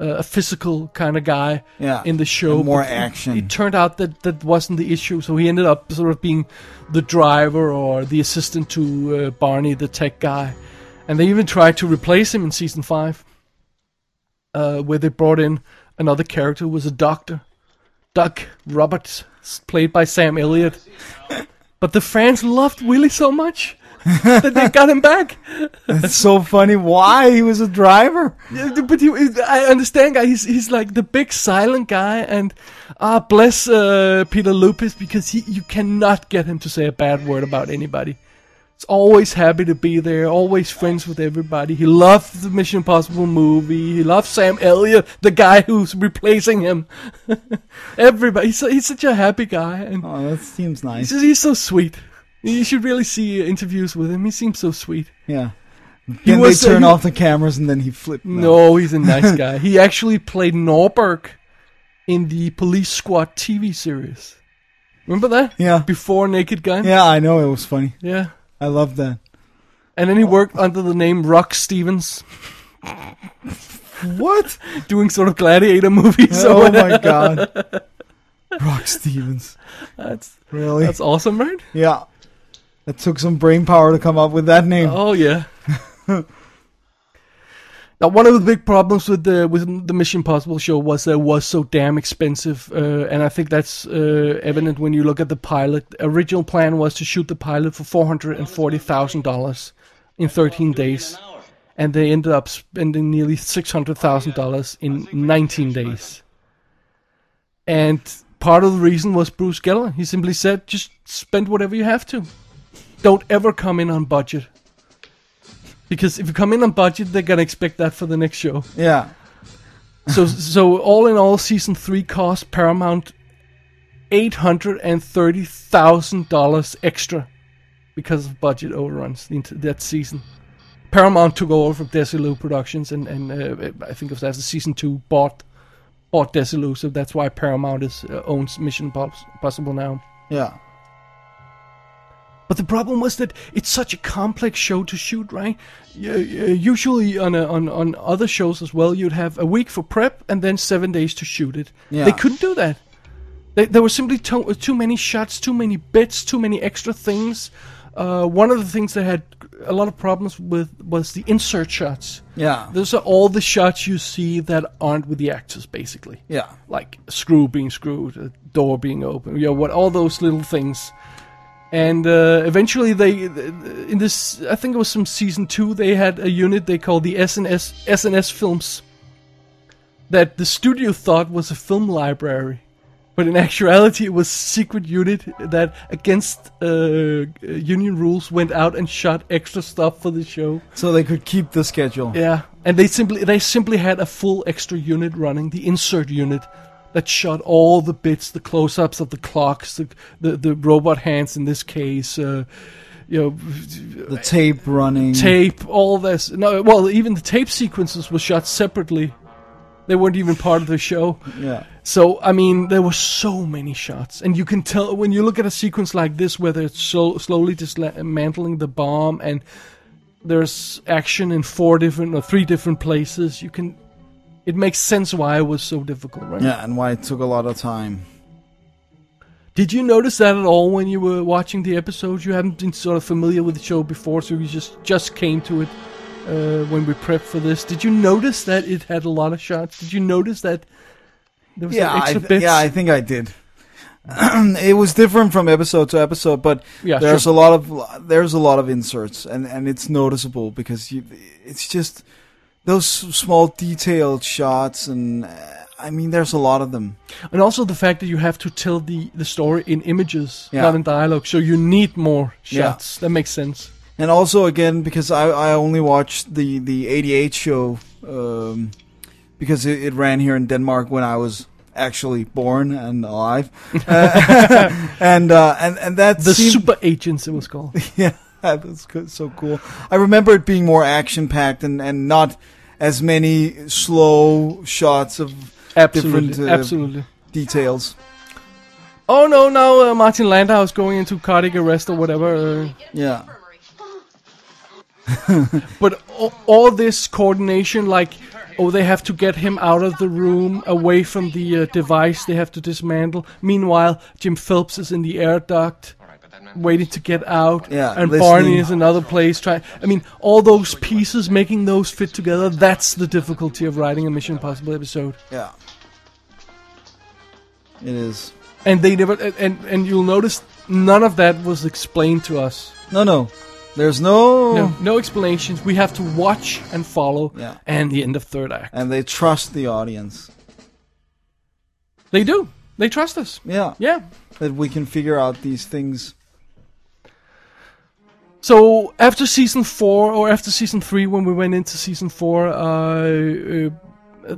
[SPEAKER 2] uh, a physical kind of guy
[SPEAKER 1] Yeah,
[SPEAKER 2] in the show.
[SPEAKER 1] more
[SPEAKER 2] but it-
[SPEAKER 1] action.
[SPEAKER 2] It turned out that that wasn't the issue, so he ended up sort of being the driver or the assistant to uh, Barney, the tech guy. And they even tried to replace him in season five, uh, where they brought in another character who was a doctor. Doug Roberts, s- played by Sam Elliott. but the fans loved Willie so much. that they got him back.
[SPEAKER 1] It's so funny. Why he was a driver?
[SPEAKER 2] Yeah, but he, I understand, guy. He's he's like the big silent guy, and ah, bless uh, Peter Lupus because he you cannot get him to say a bad word about anybody. He's always happy to be there, always friends with everybody. He loved the Mission Impossible movie. He loved Sam Elliott, the guy who's replacing him. <laughs> everybody, he's, he's such a happy guy, and
[SPEAKER 1] Oh, that seems
[SPEAKER 2] he's,
[SPEAKER 1] nice.
[SPEAKER 2] just, he's so sweet. You should really see uh, interviews with him. He seems so sweet.
[SPEAKER 1] Yeah. Then they
[SPEAKER 2] was, uh,
[SPEAKER 1] turn
[SPEAKER 2] he-
[SPEAKER 1] off the cameras and then he flipped.
[SPEAKER 2] No, he's
[SPEAKER 1] <laughs>
[SPEAKER 2] a nice guy. He actually played Norberg in the Police Squad TV series. Remember that?
[SPEAKER 1] Yeah.
[SPEAKER 2] Before Naked Gun?
[SPEAKER 1] Yeah, I know it was funny.
[SPEAKER 2] Yeah.
[SPEAKER 1] I love that.
[SPEAKER 2] And then he worked under the name Rock Stevens,
[SPEAKER 1] What?
[SPEAKER 2] <laughs> doing sort of gladiator movies. <laughs> So
[SPEAKER 1] oh
[SPEAKER 2] <laughs>
[SPEAKER 1] my god. Rock Stevens.
[SPEAKER 2] that's
[SPEAKER 1] Really?
[SPEAKER 2] that's awesome, right?
[SPEAKER 1] yeah. That took some brain power to come up with that name.
[SPEAKER 2] Oh yeah. <laughs> now, one of the big problems with the with the Mission Possible show was that it was so damn expensive, uh, and I think that's uh, evident when you look at the pilot. original plan was to shoot the pilot for four hundred and forty thousand dollars in thirteen days, and they ended up spending nearly six hundred thousand dollars in nineteen days. And part of the reason was Bruce Geller. He simply said, "Just spend whatever you have to. Don't ever come in on budget." Because if you come in on budget, they're gonna expect that for the next show.
[SPEAKER 1] Yeah.
[SPEAKER 2] So, <laughs> so all in all, season three cost Paramount eight hundred and thirty thousand dollars extra because of budget overruns the int- that season. Paramount took over from Desilu Productions, and and uh, I think if that's the season two bought bought Desilu, so that's why Paramount is uh, owns Mission Pos- Possible now.
[SPEAKER 1] Yeah.
[SPEAKER 2] But the problem was that it's such a complex show to shoot, right? Y- y- Usually on, a, on on other shows as well, you'd have a week for prep and then seven days to shoot it.
[SPEAKER 1] Yeah.
[SPEAKER 2] They couldn't do that. They, there were simply to- too many shots, too many bits, too many extra things. Uh, one of the things they had a lot of problems with was the insert shots.
[SPEAKER 1] Yeah.
[SPEAKER 2] Those are all the shots you see that aren't with the actors, basically
[SPEAKER 1] Yeah.
[SPEAKER 2] like screw being screwed, a door being open, you know, what all those little things. And uh, eventually, they in this, I think it was some season two, they had a unit they called the SNS SNS Films that the studio thought was a film library, but in <laughs> actuality, it was a secret unit that, against uh, union rules, went out and shot extra stuff for the show.
[SPEAKER 1] So they could keep the schedule.
[SPEAKER 2] Yeah, and they simply they simply had a full extra unit running, the insert unit, that shot all the bits, the close-ups of the clocks, the the, the robot hands in this case, uh, you know,
[SPEAKER 1] The tape running.
[SPEAKER 2] tape, all this. No, well, even the tape sequences were shot separately. They weren't even part of the show.
[SPEAKER 1] Yeah.
[SPEAKER 2] So I mean, there were so many shots, and you can tell when you look at a sequence like this, where they're so slowly dismantling the bomb, and there's action in four different or three different places. You can, it makes sense why it was so difficult, right?
[SPEAKER 1] Yeah, and why it took a lot of time.
[SPEAKER 2] Did you notice that at all when you were watching the episodes? You haven't been sort of familiar with the show before, so you just just came to it uh, when we prepped for this. Did you notice that it had a lot of shots? Did you notice that there was
[SPEAKER 1] Yeah,
[SPEAKER 2] some
[SPEAKER 1] I
[SPEAKER 2] extra
[SPEAKER 1] th-
[SPEAKER 2] bits?
[SPEAKER 1] yeah, I think I did. <clears throat> it was different from episode to episode, but
[SPEAKER 2] Yeah,
[SPEAKER 1] there's
[SPEAKER 2] sure.
[SPEAKER 1] a lot of there's a lot of inserts, and and it's noticeable because you it's just those s- small detailed shots, and uh, I mean there's a lot of them.
[SPEAKER 2] And also the fact that you have to tell the, the story in images,
[SPEAKER 1] Yeah.
[SPEAKER 2] not in dialogue. So you need more
[SPEAKER 1] Yeah.
[SPEAKER 2] shots. That makes sense.
[SPEAKER 1] And also again because I I only watched the the 88 show um, because it, it ran here in Denmark when I was actually born and
[SPEAKER 2] <laughs>
[SPEAKER 1] alive, <laughs> Uh, and uh, and and that
[SPEAKER 2] The
[SPEAKER 1] seemed-
[SPEAKER 2] super agents it was
[SPEAKER 1] <laughs>
[SPEAKER 2] called.
[SPEAKER 1] Yeah, that was co- so cool. I remember it being more action packed and, and not as many slow shots of
[SPEAKER 2] absolutely,
[SPEAKER 1] Different, uh,
[SPEAKER 2] absolutely.
[SPEAKER 1] details.
[SPEAKER 2] Oh no, now uh, Martin Landau is going into cardiac arrest or whatever. Uh,
[SPEAKER 1] Yeah,
[SPEAKER 2] but all, all this coordination, like, oh, they have to get him out of the room, away from the uh, device they have to dismantle. Meanwhile, Jim Phelps is in the air duct. waiting to get out,
[SPEAKER 1] Yeah,
[SPEAKER 2] and
[SPEAKER 1] listening.
[SPEAKER 2] Barney is another place trying. I mean, all those pieces, making those fit together—that's the difficulty of writing a Mission Impossible episode.
[SPEAKER 1] yeah. It is.
[SPEAKER 2] And they never, and and you'll notice none of that was explained to us.
[SPEAKER 1] No, no. There's no.
[SPEAKER 2] No, no explanations. We have to watch and follow.
[SPEAKER 1] Hmm. Yeah.
[SPEAKER 2] And the end of third act.
[SPEAKER 1] And they trust the audience.
[SPEAKER 2] They do. They trust us.
[SPEAKER 1] Yeah,
[SPEAKER 2] Yeah.
[SPEAKER 1] That we can figure out these things.
[SPEAKER 2] So after season four, or after season three, when we went into season four, uh, uh,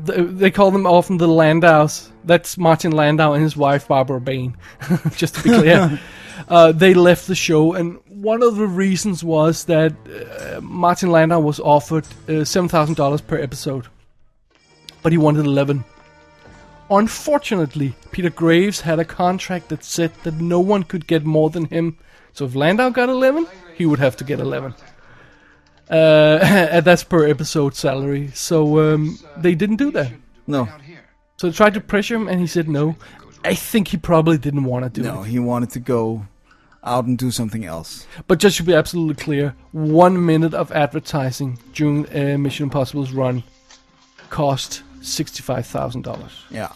[SPEAKER 2] th- they call them often the Landaus. That's Martin Landau and his wife Barbara Bain. <laughs> Just to be clear, uh, they left the show, and one of the reasons was that uh, Martin Landau was offered uh, seven thousand dollars per episode, but he wanted eleven. Unfortunately, Peter Graves had a contract that said that no one could get more than him. So if Landau got 11, he would have to get 11. Uh, <laughs> and that's per episode salary. So um, they didn't do that.
[SPEAKER 1] No,
[SPEAKER 4] Out here.
[SPEAKER 2] So they tried to pressure him, and he said no. I think he probably didn't want to do
[SPEAKER 1] no,
[SPEAKER 2] it.
[SPEAKER 1] he wanted to go out and do something else.
[SPEAKER 2] But just to be absolutely clear, one minute of advertising during uh, Mission Impossible's run cost sixty-five thousand dollars.
[SPEAKER 1] Yeah.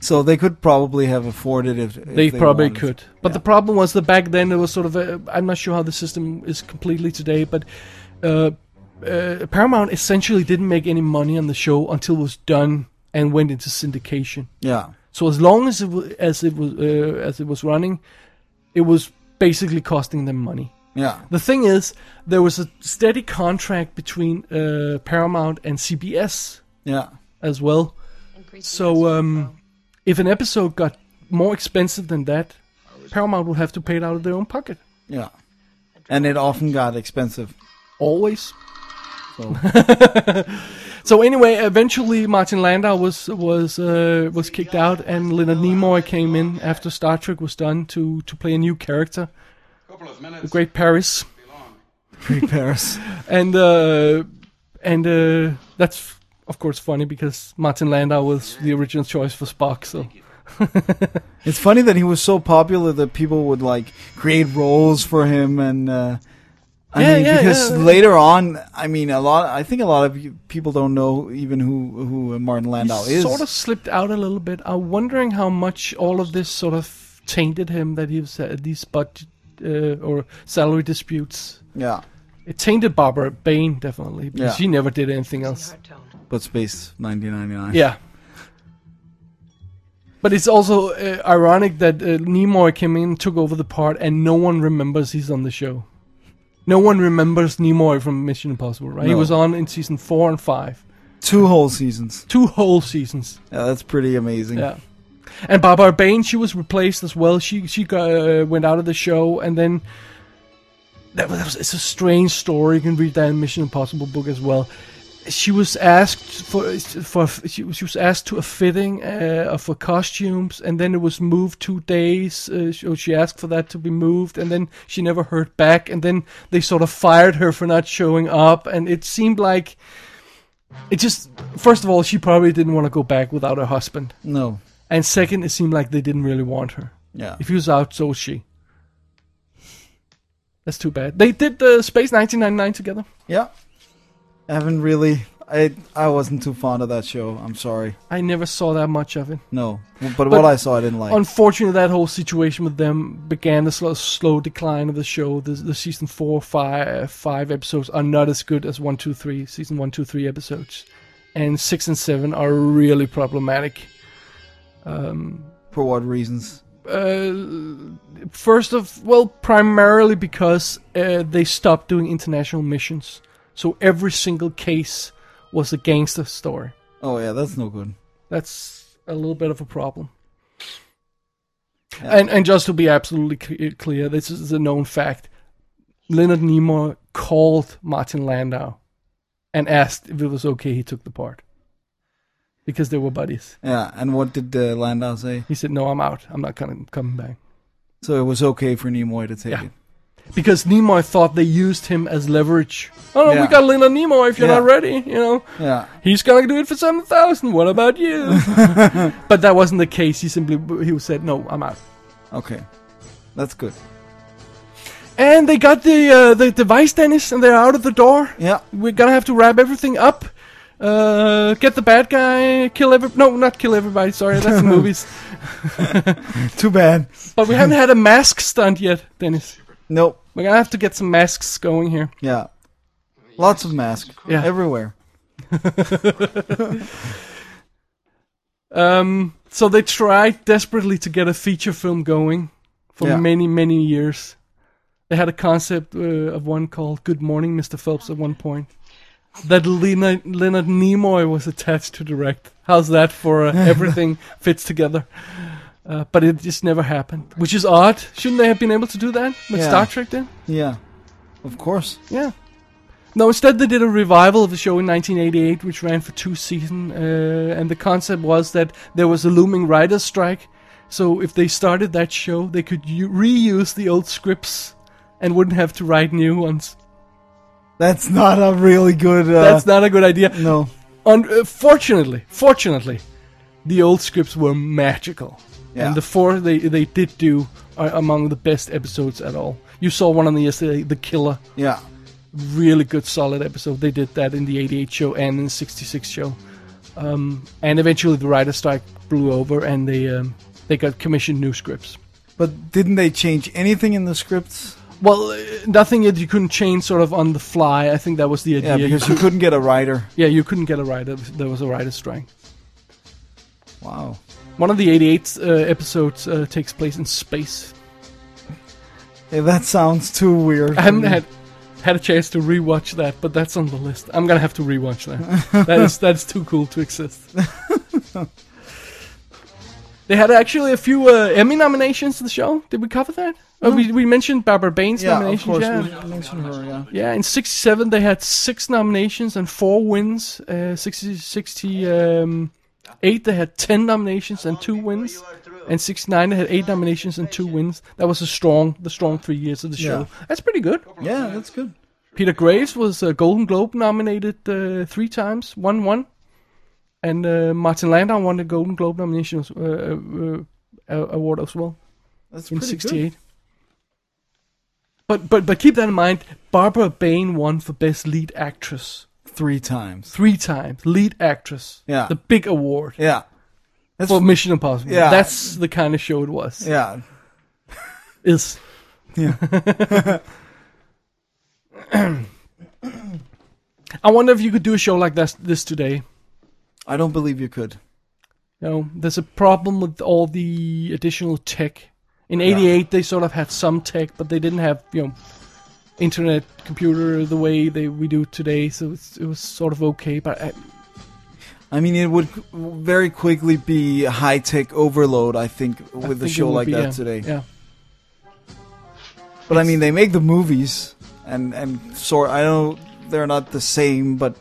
[SPEAKER 1] So they could probably have afforded if, if
[SPEAKER 2] they, probably
[SPEAKER 1] wanted.
[SPEAKER 2] could. But the problem was that back then it was sort of a. I'm not sure how the system is completely today, but uh, uh, Paramount essentially didn't make any money on the show until it was done and went into syndication.
[SPEAKER 1] Yeah,
[SPEAKER 2] So as long as it was, as it was uh, as it was running, it was basically costing them money.
[SPEAKER 1] yeah,
[SPEAKER 2] The thing is, there was a steady contract between uh, Paramount and CBS
[SPEAKER 1] yeah.
[SPEAKER 2] as well. So um, if an episode got more expensive than that, Paramount would have to pay it out of their own pocket.
[SPEAKER 1] Yeah. And it often got expensive. <laughs>
[SPEAKER 2] Always.
[SPEAKER 1] So
[SPEAKER 2] So <laughs> anyway, eventually Martin Landau was was uh, was kicked out, and Leonard Nimoy came in after Star Trek was done to to play a new character,
[SPEAKER 3] Couple of minutes.
[SPEAKER 2] Great Paris,
[SPEAKER 1] pre Paris.
[SPEAKER 2] and uh, and uh, that's of course funny because Martin Landau was the original choice for Spock. So
[SPEAKER 1] It's funny that he was so popular that people would like create roles for him and uh I
[SPEAKER 2] Yeah,
[SPEAKER 1] mean
[SPEAKER 2] yeah,
[SPEAKER 1] because
[SPEAKER 2] yeah, yeah.
[SPEAKER 1] later on I mean a lot I think a lot of you- people don't know even who who Martin Landau
[SPEAKER 2] he
[SPEAKER 1] is.
[SPEAKER 2] sort of slipped out a little bit. I'm wondering how much all of this sort of tainted him that he was at these budget uh, or salary disputes.
[SPEAKER 1] yeah,
[SPEAKER 2] It tainted Barbara Bain definitely because
[SPEAKER 1] Yeah.
[SPEAKER 2] she never did anything else.
[SPEAKER 1] but Space 1999.
[SPEAKER 2] Yeah. But it's also uh, ironic that uh, Nimoy came in, took over the part, and no one remembers he's on the show. No one remembers Nimoy from Mission Impossible, right? He
[SPEAKER 1] No.
[SPEAKER 2] was on in season four and five,
[SPEAKER 1] Two whole seasons.
[SPEAKER 2] two whole seasons.
[SPEAKER 1] Yeah, that's pretty amazing.
[SPEAKER 2] Yeah. And Barbara Bain, she was replaced as well. She she got, uh, went out of the show, and then that was, that was it's a strange story. You can read that in Mission Impossible book as well. She was asked for for she, was- she was asked to a fitting uh, for costumes, and then it was moved two days. Uh, so she asked for that to be moved, and then she never heard back. And then they sort of fired her for not showing up, and it seemed like it just. First of all, she probably didn't want to go back without her husband.
[SPEAKER 1] No.
[SPEAKER 2] And second, it seemed like they didn't really want her.
[SPEAKER 1] Yeah.
[SPEAKER 2] If he was out, so was she. That's too bad. They did uh, Space 1999 together.
[SPEAKER 1] Yeah. I haven't really I I wasn't too fond of that show. I'm sorry.
[SPEAKER 2] I never saw that much of it.
[SPEAKER 1] No. But, what I saw I didn't like.
[SPEAKER 2] Unfortunately, that whole situation with them began the slow, slow decline of the show. The, the season four, five, five episodes are not as good as one, two, three. Season one, two, three episodes, and six and seven are really problematic. Um,
[SPEAKER 1] for what reasons?
[SPEAKER 2] Uh, first of well primarily because uh, they stopped doing international missions so every single case was a gangster story
[SPEAKER 1] Oh yeah, that's no good.
[SPEAKER 2] that's a little bit of a problem
[SPEAKER 1] Yeah.
[SPEAKER 2] and and just to be absolutely cle- clear this is a known fact leonard nimoy called martin landau and asked if it was okay he took the part because they were buddies
[SPEAKER 1] Yeah, and what did uh, Landau say?
[SPEAKER 2] he said no i'm out i'm not coming coming back
[SPEAKER 1] So it was okay for Nimoy to take
[SPEAKER 2] Yeah.
[SPEAKER 1] it.
[SPEAKER 2] because Nimoy thought they used him as leverage. Oh no,
[SPEAKER 1] Yeah.
[SPEAKER 2] we got Leonard Nimoy. If you're
[SPEAKER 1] Yeah.
[SPEAKER 2] not ready, you know
[SPEAKER 1] Yeah,
[SPEAKER 2] he's gonna do it for seven thousand. What about
[SPEAKER 1] <laughs>
[SPEAKER 2] you? but that wasn't the case. He simply he said, "No, I'm out."
[SPEAKER 1] okay. That's good.
[SPEAKER 2] And they got the uh, the device, Dennis, and they're out of the door.
[SPEAKER 1] Yeah, <laughs>
[SPEAKER 2] We're gonna have to wrap everything up. Uh, get the bad guy, kill every no, not kill everybody. Sorry,
[SPEAKER 1] <laughs>
[SPEAKER 2] that's the movies.
[SPEAKER 1] too bad.
[SPEAKER 2] But we haven't had a mask stunt yet, Dennis.
[SPEAKER 1] Nope,
[SPEAKER 2] We're gonna have to get some masks going here.
[SPEAKER 1] Yeah. Lots of masks
[SPEAKER 2] Yeah.
[SPEAKER 1] everywhere.
[SPEAKER 2] Um, so they tried desperately to get a feature film going for
[SPEAKER 1] Yeah.
[SPEAKER 2] many, many years. They had a concept uh, of one called "Good Morning, Mr. Phelps" at one point. That Leonard, Leonard Nimoy was attached to direct. How's that for
[SPEAKER 1] <laughs>
[SPEAKER 2] uh, everything fits together? Uh, but it just never happened, which is odd. Shouldn't they have been able to do that with
[SPEAKER 1] Yeah.
[SPEAKER 2] Star Trek then?
[SPEAKER 1] Yeah. Of course.
[SPEAKER 2] Yeah. No, instead they did a revival of the show in 1988, which ran for two seasons, uh, and the concept was that there was a looming writers' strike, so if they started that show, they could u- reuse the old scripts and wouldn't have to write new ones.
[SPEAKER 1] That's not a really good. Uh,
[SPEAKER 2] That's not a good idea.
[SPEAKER 1] no.
[SPEAKER 2] Un- uh, fortunately, fortunately, the old scripts were magical,
[SPEAKER 1] Yeah.
[SPEAKER 2] and the four they they did do are among the best episodes at all. You saw one on the yesterday, The Killer.
[SPEAKER 1] yeah.
[SPEAKER 2] really good solid episode they did that in the 88 show and in the 66 show um, and eventually the writer strike blew over and they um, they got commissioned new scripts
[SPEAKER 1] But didn't they change anything in the scripts?
[SPEAKER 2] well uh, nothing that you couldn't change sort of on the fly i think that was the idea
[SPEAKER 1] Yeah, because you couldn't get a writer.
[SPEAKER 2] yeah you couldn't get a writer there was a writer strike
[SPEAKER 1] Wow.
[SPEAKER 2] one of the 88 uh, episodes uh, takes place in space
[SPEAKER 1] Yeah, that sounds too weird.
[SPEAKER 2] i haven't had had a chance to rewatch that but that's on the list i'm gonna have to rewatch
[SPEAKER 1] <laughs>
[SPEAKER 2] that that is that's too cool to exist they had actually a few uh, emmy nominations to the show did we cover that oh, we, we mentioned barbara baines
[SPEAKER 1] yeah, of
[SPEAKER 2] nominations
[SPEAKER 1] course.
[SPEAKER 2] yeah.
[SPEAKER 1] we mentioned her, yeah.
[SPEAKER 2] yeah in 67 they had six nominations and four wins uh, 60, 60 um, eight they had 10 nominations and two wins and 69 they had eight nominations and two wins that was a strong the strong three years of the show that's pretty good
[SPEAKER 1] Yeah, that's good.
[SPEAKER 2] Peter Graves was uh, Golden Globe nominated uh, three times, one one, and uh, Martin Landau won the Golden Globe nomination as- uh, uh, uh, award as well
[SPEAKER 1] That's
[SPEAKER 2] in
[SPEAKER 1] pretty
[SPEAKER 2] '68. But but but keep that in mind. Barbara Bain won for best lead actress
[SPEAKER 1] good. Three times.
[SPEAKER 2] three times. Lead actress,
[SPEAKER 1] Yeah.
[SPEAKER 2] the big award
[SPEAKER 1] Yeah. That's
[SPEAKER 2] for Mission Impossible.
[SPEAKER 1] Yeah.
[SPEAKER 2] that's the kind of show it was.
[SPEAKER 1] yeah.
[SPEAKER 2] Is
[SPEAKER 1] Yeah.
[SPEAKER 2] <laughs> I wonder if you could do a show like this this today.
[SPEAKER 1] I don't believe you could.
[SPEAKER 2] you know, there's a problem with all the additional tech. In '88, they sort of had some tech, but they didn't have you know internet, computer the way they we do today. So it's, it was sort of okay, but I,
[SPEAKER 1] I mean, it would very quickly be high tech overload. I think with
[SPEAKER 2] I
[SPEAKER 1] a
[SPEAKER 2] think it
[SPEAKER 1] show
[SPEAKER 2] would
[SPEAKER 1] like
[SPEAKER 2] be,
[SPEAKER 1] that
[SPEAKER 2] yeah,
[SPEAKER 1] today.
[SPEAKER 2] Yeah,
[SPEAKER 1] But I mean, they make the movies, and and sort. I know they're not the same, but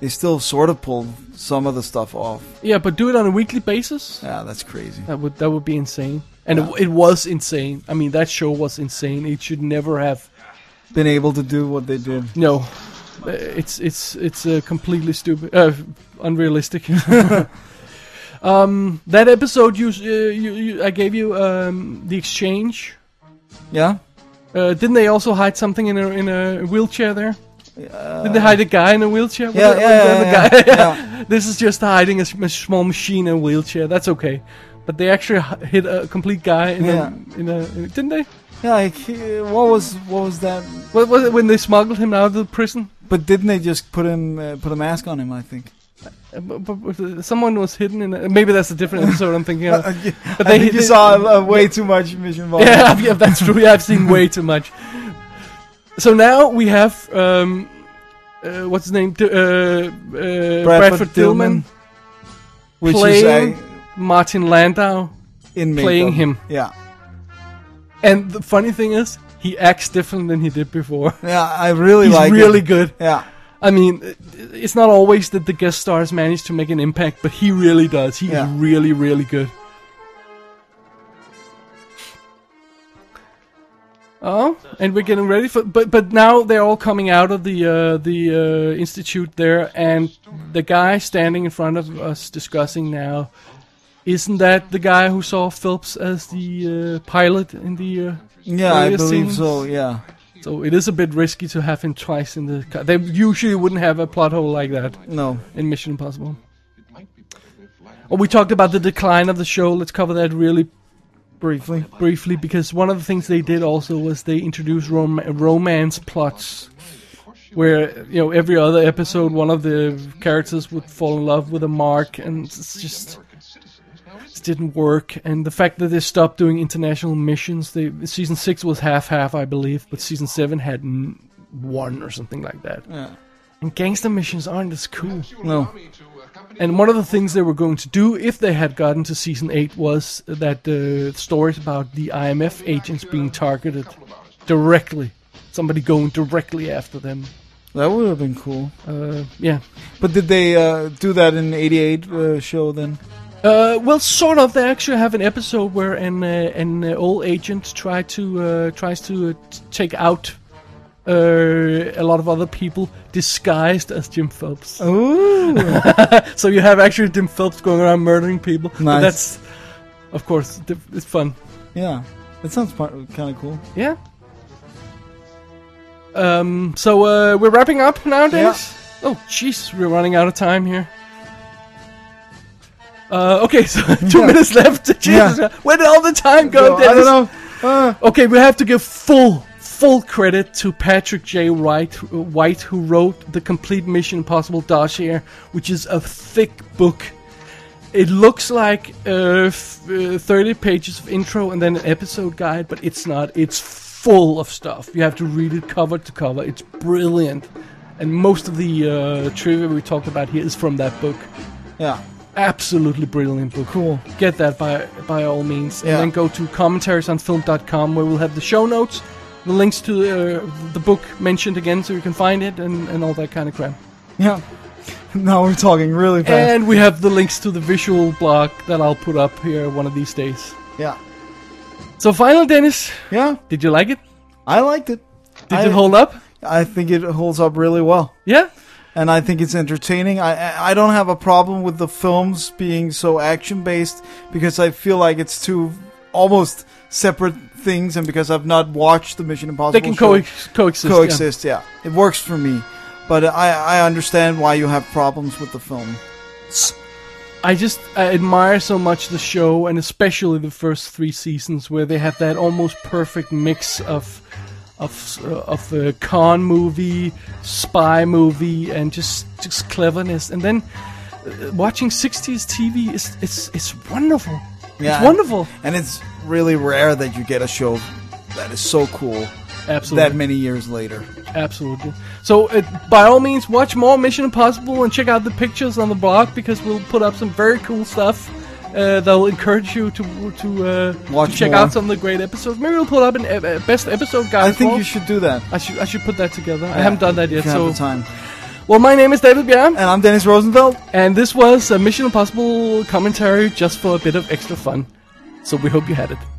[SPEAKER 1] they still sort of pull some of the stuff off.
[SPEAKER 2] yeah, but do it on a weekly basis.
[SPEAKER 1] Yeah, that's crazy.
[SPEAKER 2] That would that would be insane, and it, it was insane. I mean, that show was insane. It should never have.
[SPEAKER 1] Been able to do what they did.
[SPEAKER 2] No, Uh, it's it's it's uh, completely stupid, uh, unrealistic. <laughs> um, that episode you, s- uh, you, you I gave you um, the exchange.
[SPEAKER 1] Yeah.
[SPEAKER 2] Uh, didn't they also hide something in a in a wheelchair there?
[SPEAKER 1] Uh,
[SPEAKER 2] Did they hide a guy in a wheelchair?
[SPEAKER 1] Yeah,
[SPEAKER 2] What-
[SPEAKER 1] yeah,
[SPEAKER 2] what-
[SPEAKER 1] yeah,
[SPEAKER 2] the
[SPEAKER 1] yeah,
[SPEAKER 2] guy- <laughs>
[SPEAKER 1] yeah.
[SPEAKER 2] this is just hiding a, s- a small machine in a wheelchair. That's okay. But they actually h- hid a complete guy in a
[SPEAKER 1] Yeah.
[SPEAKER 2] in a didn't they?
[SPEAKER 1] Yeah. Like, uh, what was what was that?
[SPEAKER 2] What was it when they smuggled him out of the prison?
[SPEAKER 1] But didn't they just put him uh, put a mask on him? I think.
[SPEAKER 2] Uh, bu- bu- bu- Someone was hidden in. A, maybe that's a
[SPEAKER 1] <laughs>
[SPEAKER 2] different episode I'm thinking of.
[SPEAKER 1] I
[SPEAKER 2] But
[SPEAKER 1] think you saw uh, way too much Mission Impossible.
[SPEAKER 2] <laughs> Yeah, I've- yeah, that's true. Yeah, I've seen way too much. So now we have um, uh, what's his name? D- uh, uh, Bradford, Dillman,
[SPEAKER 1] which
[SPEAKER 2] playing-
[SPEAKER 1] is uh,
[SPEAKER 2] Martin Landau,
[SPEAKER 1] in makeup.
[SPEAKER 2] playing him.
[SPEAKER 1] Yeah,
[SPEAKER 2] and the funny thing is, he acts different than he did before.
[SPEAKER 1] yeah, I really
[SPEAKER 2] He's
[SPEAKER 1] like.
[SPEAKER 2] really
[SPEAKER 1] it.
[SPEAKER 2] good.
[SPEAKER 1] Yeah,
[SPEAKER 2] I mean, it- it's not always that the guest stars manage to make an impact, but he really does. He's
[SPEAKER 1] Yeah.
[SPEAKER 2] really, really good. Oh, and we're getting ready for, but but now they're all coming out of the uh, the uh, institute there, and the guy standing in front of us discussing now, isn't that the guy who saw Phelps as the uh, pilot in the? Uh,
[SPEAKER 1] yeah, I
[SPEAKER 2] Various
[SPEAKER 1] believe
[SPEAKER 2] scenes.
[SPEAKER 1] so. Yeah,
[SPEAKER 2] so it is a bit risky to have him twice in the. ca- They usually wouldn't have a plot hole like that
[SPEAKER 1] no,
[SPEAKER 2] in Mission Impossible.
[SPEAKER 4] It might be better if life
[SPEAKER 2] Oh, we talked about the decline of the show. Let's cover that really
[SPEAKER 1] briefly.
[SPEAKER 2] briefly because one of the things they did also was they introduced rom- romance plots where you know every other episode one of the characters would fall in love with a mark and it's just it didn't work and the fact that they stopped doing international missions they season 6 was half half i believe but season 7 had n- one or something like that and gangster missions aren't as cool
[SPEAKER 1] No.
[SPEAKER 4] uh,
[SPEAKER 2] and one of the things they were going to do if they had gotten to season 8 was that the stories about the IMF agents being targeted directly. Somebody going directly after them.
[SPEAKER 1] That would have been cool.
[SPEAKER 2] Uh, yeah.
[SPEAKER 1] But did they uh, do that in '88 uh, show then?
[SPEAKER 2] Uh, well, sort of. They actually have an episode where an uh, an uh, old agent try to uh, tries to uh, t- take out uh, a lot of other people disguised as Jim Phelps.
[SPEAKER 1] Oh. Ooh.
[SPEAKER 2] So you have actually Jim Phelps going around murdering people. But
[SPEAKER 1] Nice.
[SPEAKER 2] That's, of course, diff- it's fun.
[SPEAKER 1] <laughs> yeah. That sounds kind of cool.
[SPEAKER 2] Yeah. Um. So uh, we're wrapping up nowadays. Oh, jeez, we're running out of time here. Uh, okay, <laughs> so two
[SPEAKER 1] Yeah.
[SPEAKER 2] minutes left. <laughs> Jesus, where did all the time go,
[SPEAKER 1] I
[SPEAKER 2] Dennis?
[SPEAKER 1] don't know. Uh,
[SPEAKER 2] Okay, we have to give full full credit to Patrick J. Wright, White, who wrote the complete Mission Impossible dossier, which is a thick book. It looks like uh, f- uh, 30 pages of intro and then an episode guide, but it's not. It's full of stuff. You have to read it cover to cover. It's brilliant. And most of the uh, trivia we talked about here is from that book.
[SPEAKER 1] yeah.
[SPEAKER 2] Absolutely brilliant book
[SPEAKER 1] Cool.
[SPEAKER 2] get that by by all means
[SPEAKER 1] Yeah.
[SPEAKER 2] and then go to commentariesonfilm.com where we'll have the show notes the links to uh, the book mentioned again so you can find it and, and all that kind of crap
[SPEAKER 1] Yeah. <laughs> Now we're talking really fast.
[SPEAKER 2] and we have the links to the visual blog that i'll put up here one of these days
[SPEAKER 1] yeah.
[SPEAKER 2] so final dennis
[SPEAKER 1] Yeah.
[SPEAKER 2] did you like it
[SPEAKER 1] I liked it.
[SPEAKER 2] did
[SPEAKER 1] I,
[SPEAKER 2] it hold up
[SPEAKER 1] I think it holds up really well.
[SPEAKER 2] yeah
[SPEAKER 1] and I think it's entertaining. I I- I don't have a problem with the films being so action based because I feel like it's two almost separate things, and because I've not watched the Mission Impossible,
[SPEAKER 2] they can
[SPEAKER 1] show,
[SPEAKER 2] co- coexist yeah.
[SPEAKER 1] coexist. Yeah. it works for me, but I I understand why you have problems with the film.
[SPEAKER 2] I just I admire so much the show, and especially the first three seasons, where they have that almost perfect mix of of uh, of uh, con movie, spy movie, and just just cleverness. And then uh, watching '60s TV is it's it's wonderful.
[SPEAKER 1] Yeah.
[SPEAKER 2] It's wonderful.
[SPEAKER 1] And it's really rare that you get a show that is so cool
[SPEAKER 2] Absolutely.
[SPEAKER 1] that many years later.
[SPEAKER 2] Absolutely. So, uh, by all means, watch more Mission Impossible and check out the pictures on the blog because we'll put up some very cool stuff uh, that'll encourage you to to, uh,
[SPEAKER 1] Watch
[SPEAKER 2] to check
[SPEAKER 1] more.
[SPEAKER 2] out some of the great episodes. Maybe we'll put up an ep- uh, best episode guide.
[SPEAKER 1] I think
[SPEAKER 2] for-
[SPEAKER 1] you should do that.
[SPEAKER 2] I should I should put that together. I haven't done that yet.
[SPEAKER 1] If you have
[SPEAKER 2] So,
[SPEAKER 1] the time.
[SPEAKER 2] well, my name is David Bjorn,
[SPEAKER 1] And I'm Dennis Rosenfeld.
[SPEAKER 2] and this was a Mission Impossible commentary just for a bit of extra fun. So we hope you had it.